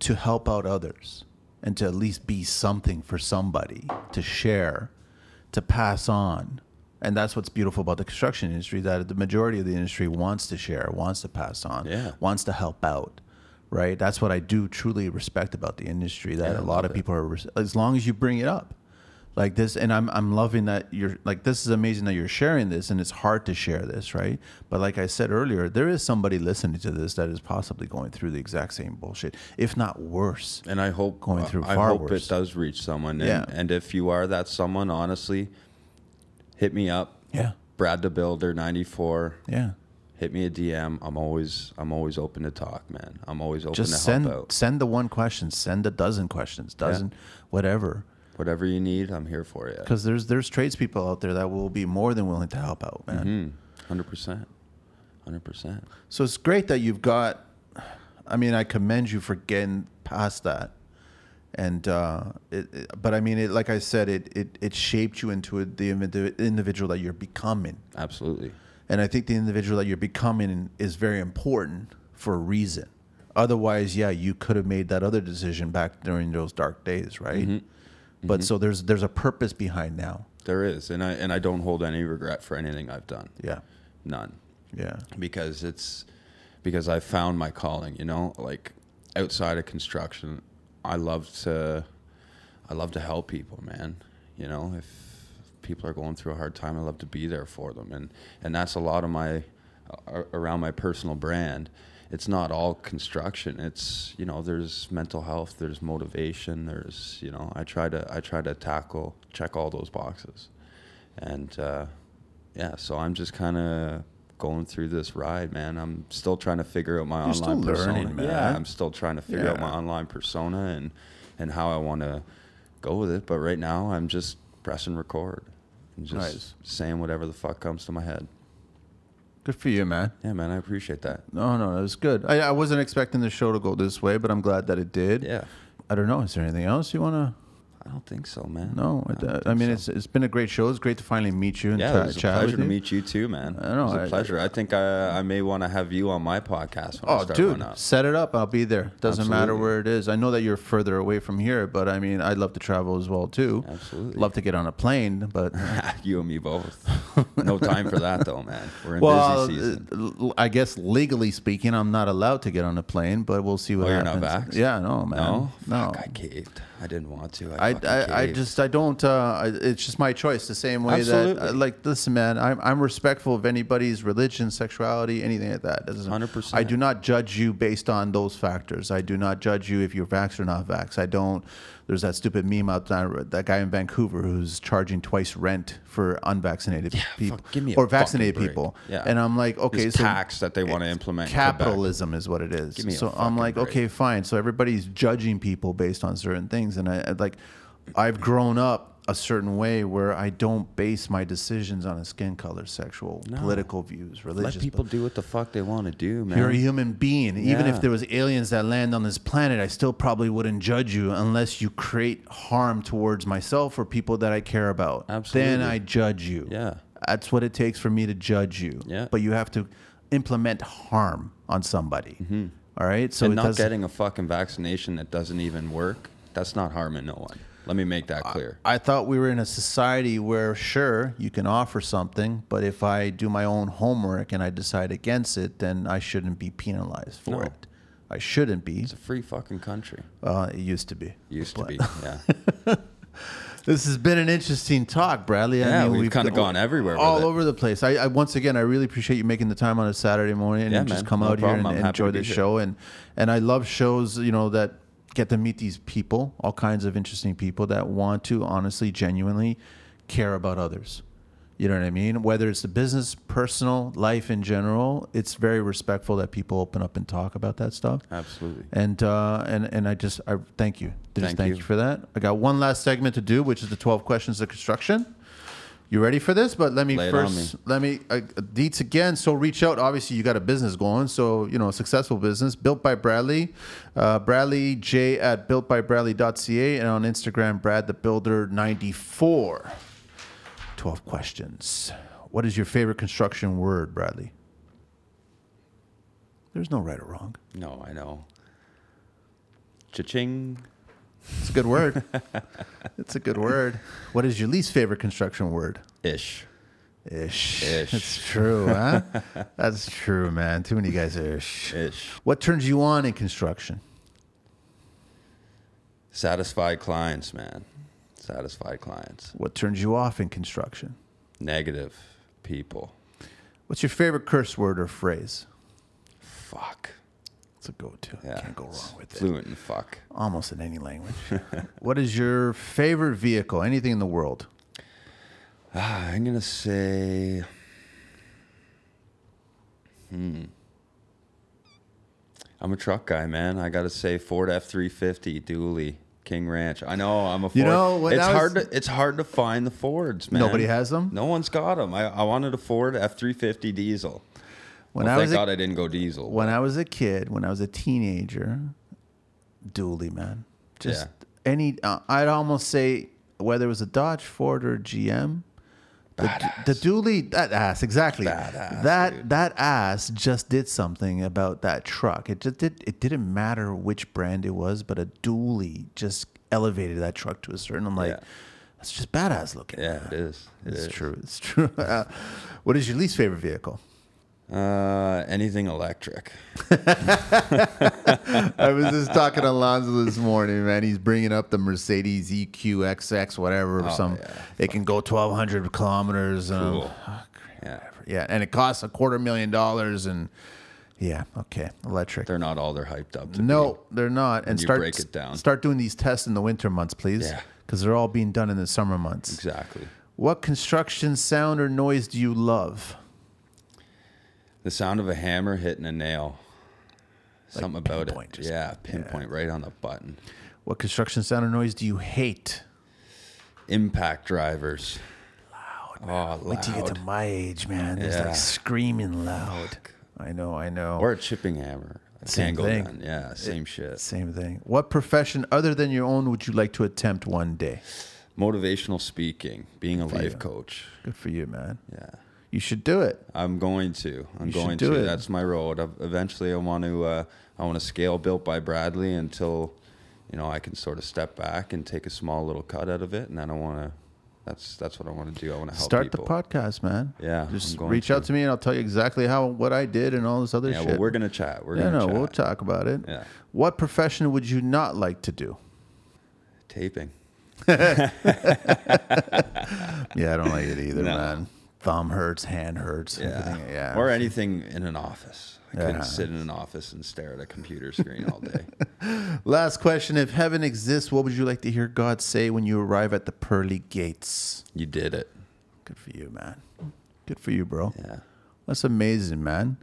S2: to help out others and to at least be something for somebody to share to pass on and that's what's beautiful about the construction industry that the majority of the industry wants to share wants to pass on
S1: Yeah.
S2: wants to help out right that's what i do truly respect about the industry that
S1: Yeah, I
S2: a lot
S1: love
S2: of
S1: it.
S2: people are res- as long as you bring it up like this and i'm i'm loving that you're like this is amazing that you're sharing this and it's hard to share this right but like i said earlier there is somebody listening to this that is possibly going through the exact same bullshit if not worse
S1: and I hope uh,
S2: Going through
S1: I
S2: far
S1: hope
S2: worse.
S1: it does reach someone. And,
S2: Yeah.
S1: and if you are that someone, honestly, hit me up.
S2: yeah
S1: Brad the Builder ninety four.
S2: yeah
S1: Hit me a DM. I'm always I'm always open to talk, man. I'm always open
S2: just
S1: to
S2: send
S1: help out.
S2: send the one question send a dozen questions dozen whatever
S1: Whatever you need, I'm here for you.
S2: because there's there's tradespeople out there that will be more than willing to help out man
S1: Hmm. Hundred percent, hundred percent.
S2: So it's great that you've got. I mean, I commend you for getting past that and uh, it, it- but I mean, it, like I said, it it, it shaped you into the indivi- individual that you're becoming,
S1: Absolutely.
S2: and I think the individual that you're becoming is very important for a reason. Otherwise, yeah, you could have made that other decision back during those dark days, right? But so there's there's a purpose behind now.
S1: There is, and I and I don't hold any regret for anything I've done.
S2: Yeah,
S1: None,
S2: yeah,
S1: because it's because I found my calling. You know, like outside of construction, I love to I love to help people, man. You know, if people are going through a hard time, I love to be there for them, and and that's a lot of my a- around my personal brand. It's not all construction. It's you know, there's mental health, there's motivation, there's you know, I try to I try to tackle check all those boxes, and uh, yeah, so I'm just kind of going through this ride, man. I'm still trying to figure out my
S2: You're
S1: online
S2: still
S1: persona.
S2: learning,
S1: Yeah,
S2: man.
S1: I'm still trying to figure out
S2: Yeah.
S1: my online persona and and how I want to go with it. But right now, I'm just pressing record and just
S2: Nice.
S1: saying whatever the fuck comes to my head.
S2: good for you, man.
S1: Yeah, man, I appreciate that.
S2: No, no, that was good. I, I wasn't expecting the show to go this way, but I'm glad that it did.
S1: Yeah,
S2: I don't know. Is there anything else you want to?
S1: I don't think so, man.
S2: No,
S1: I
S2: I,
S1: don't
S2: I
S1: think
S2: mean
S1: so.
S2: it's it's been a great show. It's great to finally meet you and
S1: yeah,
S2: chat,
S1: it was a
S2: chat
S1: pleasure
S2: with
S1: to
S2: you.
S1: meet you too, man.
S2: I know,
S1: it was a
S2: I-
S1: pleasure. I think I, I may want to have you on my podcast. When I
S2: Oh,
S1: start
S2: dude,
S1: one up.
S2: set it up. I'll be there. Doesn't matter
S1: Absolutely.
S2: where it is. I know that you're further away from here, but I mean, I'd love to travel as well too.
S1: Absolutely.
S2: Love to get on a plane, but
S1: you and me both. No time for that though, man. We're in
S2: well,
S1: busy season.
S2: uh, I guess legally speaking, I'm not allowed to get on a plane. But we'll see what
S1: Oh, you're not
S2: happens.
S1: vaxxed?
S2: Yeah, no, man,
S1: no,
S2: no.
S1: Fuck, I caved. I didn't want to. I
S2: I,
S1: fucking
S2: I, I
S1: caved.
S2: just I don't uh, I- it's just my choice the same way that
S1: Absolutely.
S2: uh, like listen man I'm, I'm respectful of anybody's religion sexuality anything like that doesn't
S1: 100%.
S2: I do not judge you based on those factors I do not judge you if you're vax or not vax I don't there's that stupid meme out there that guy in Vancouver who's charging twice rent for unvaccinated
S1: Yeah,
S2: people
S1: fuck, give me a
S2: or vaccinated
S1: fucking break.
S2: people
S1: Yeah.
S2: and I'm like okay
S1: This
S2: so
S1: tax that they wanna
S2: it's
S1: implement in Quebec.
S2: capitalism is what it is
S1: Give me a
S2: so I'm
S1: fucking
S2: like
S1: break.
S2: okay okay, fine. So everybody's judging people based on certain things, and I I'd like I've grown up a certain way where I don't base my decisions on a skin color, sexual, political views, religious.
S1: let people do what the fuck they want to do, man.
S2: You're a human being. Even
S1: Yeah.
S2: if there was aliens that land on this planet, I still probably wouldn't judge you unless you create harm towards myself or people that I care about. Then
S1: Absolutely.
S2: I judge you.
S1: Yeah.
S2: That's what it takes for me to judge you.
S1: Yeah.
S2: But you have to implement harm on somebody. All right.
S1: Mm-hmm.
S2: So
S1: and
S2: it
S1: not
S2: doesn't-
S1: getting a fucking vaccination that doesn't even work, that's not harming no one. Let me make that clear.
S2: I thought we were in a society where, sure, you can offer something, but if I do my own homework and I decide against it, then I shouldn't be penalized for
S1: No.
S2: it. I shouldn't be.
S1: It's a free fucking country.
S2: Uh, it used to be.
S1: Used to
S2: But-
S1: be, yeah.
S2: This has been an interesting talk, Bradley.
S1: Yeah, we've kinda gone everywhere with
S2: all
S1: it.
S2: over the place. I, I once again, I really appreciate you making the time on a Saturday morning
S1: Yeah,
S2: and just
S1: man.
S2: come
S1: No
S2: out
S1: problem.
S2: here
S1: I'm
S2: and
S1: happy
S2: enjoy
S1: to be
S2: this
S1: here.
S2: show. And and I love shows, you know, that get to meet these people, all kinds of interesting people that want to honestly, genuinely care about others. You know what I mean? Whether it's the business, personal life in general, it's very respectful that people open up and talk about that stuff.
S1: Absolutely.
S2: And uh, and and I just I thank you. Just
S1: Thank
S2: thank,
S1: you.
S2: you. for that. I got one last segment to do, which is the twelve questions of construction. You ready for this? But let me
S1: Lay it on
S2: first let me uh, deets again. So reach out. Obviously, you got a business going. So you know, a successful business built by Bradley, uh, Bradley J at builtbybradley.ca, and on Instagram, Brad the Builder ninety four. Twelve questions. What is your favorite construction word, Bradley? There's no right or wrong.
S1: No, I know. Cha-ching.
S2: It's a good word. it's a good word. What is your least favorite construction word?
S1: Ish.
S2: Ish.
S1: Ish.
S2: It's true, huh? That's true, man. Too many guys are ish.
S1: Ish.
S2: What turns you on in construction?
S1: Satisfied clients, man. Satisfied clients.
S2: What turns you off in construction?
S1: Negative people.
S2: What's your favorite curse word or phrase?
S1: Fuck.
S2: It's a go-to.
S1: Yeah.
S2: Can't go
S1: it's
S2: wrong with it.
S1: Fluent in fuck.
S2: Almost in any language. what is your favorite vehicle? Anything in the world?
S1: Ah, I'm gonna say. Hmm. I'm a truck guy, man. I gotta say Ford F350 Dually King Ranch. I know I'm a Ford.
S2: You know, when
S1: it's
S2: I was-
S1: hard. To, it's hard to find the Fords, man.
S2: Nobody has them?
S1: No one's got them. I, I wanted a Ford F350 diesel.
S2: When
S1: well,
S2: I
S1: thank
S2: was a
S1: God I didn't go diesel.
S2: when I was a kid, when I was a teenager, dually, man. Just any, uh, I'd almost say whether it was a Dodge, Ford, or GM. The, the dually that ass exactly
S1: Badass,
S2: that
S1: dude.
S2: that ass just did something about that truck. It just did. It didn't matter which brand it was, but a dually just elevated that truck to a certain. I'm like,
S1: Yeah.
S2: that's just badass looking.
S1: Yeah, it is. It
S2: It's
S1: is.
S2: true. It's true. Uh, what is your least favorite vehicle?
S1: Uh, anything electric.
S2: I was just talking to Alonzo this morning, man. He's bringing up the Mercedes E EQXX, whatever, or
S1: Oh,
S2: some.
S1: yeah.
S2: It can go 1,200 kilometers. And I'm-
S1: Cool.
S2: oh,
S1: Yeah,
S2: yeah, and it costs a quarter million dollars. And yeah, okay, electric.
S1: they're not all they're hyped up. To
S2: no, they're not. And
S1: you
S2: start
S1: break it down.
S2: Start doing these tests in the winter months, please.
S1: Yeah.
S2: Because they're all being done in the summer months.
S1: be. exactly.
S2: What construction sound or noise do you love?
S1: The sound of a hammer hitting a nail. Something about
S2: pinpoint,
S1: it.
S2: just-
S1: yeah, pinpoint right on the button.
S2: What construction sound or noise do you hate?
S1: Impact drivers. Loud. Oh,
S2: Wait till you get
S1: loud.
S2: to my age, man. There's
S1: Yeah.
S2: like screaming loud. I know, I know.
S1: Or a chipping hammer. A
S2: Same
S1: tangle
S2: thing.
S1: gun. Yeah, same shit.
S2: Same thing. What profession other than your own would you like to attempt one day?
S1: Motivational speaking, being a life
S2: you.
S1: coach.
S2: Good for you, man.
S1: Yeah.
S2: You should do it.
S1: I'm going to. I'm
S2: You should
S1: going
S2: do
S1: to.
S2: it.
S1: That's my road. i eventually, I want to. Uh, I want to scale built by Bradley until, you know, I can sort of step back and take a small little cut out of it, and then I want to. That's that's what I want to do. I want to help
S2: Start
S1: people.
S2: the podcast, man.
S1: Yeah,
S2: Just
S1: I'm going
S2: reach out to me and I'll tell you exactly how what I did and all this other
S1: Yeah,
S2: shit.
S1: well, we're gonna chat. We're
S2: yeah,
S1: gonna
S2: no,
S1: chat.
S2: we'll talk about it.
S1: Yeah.
S2: What profession would you not like to do?
S1: Taping.
S2: Yeah, I don't like it either,
S1: No.
S2: man. Thumb hurts, hand hurts.
S1: Yeah.
S2: everything. yeah.
S1: Or anything in an office. I
S2: Yeah.
S1: couldn't sit in an office and stare at a computer screen all day.
S2: Last question: If heaven exists, what would you like to hear God say when you arrive at the pearly gates?
S1: you did it.
S2: Good for you, man. Good for you, bro.
S1: Yeah.
S2: That's amazing, man.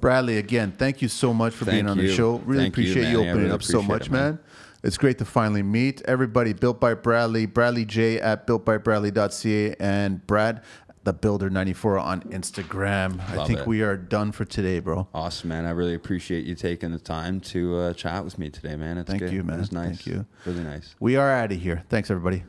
S2: Bradley, again, thank you so much for being
S1: Thank
S2: on
S1: you.
S2: the show. Really
S1: Thank you,
S2: appreciate
S1: man.
S2: you
S1: Yeah,
S2: opening
S1: really
S2: up so
S1: appreciate
S2: much,
S1: it,
S2: man.
S1: man.
S2: It's great to finally meet everybody. Built by Bradley, Bradley J at builtbybradley.ca, and Brad the Builder 94 on Instagram. I
S1: Love
S2: think
S1: it.
S2: we are done for today, bro.
S1: Awesome, man. I really appreciate you taking the time to uh, chat with me today, man. It's
S2: Thank
S1: good.
S2: you, man.
S1: It was nice.
S2: Thank you.
S1: Really nice.
S2: We are out of here. Thanks, everybody.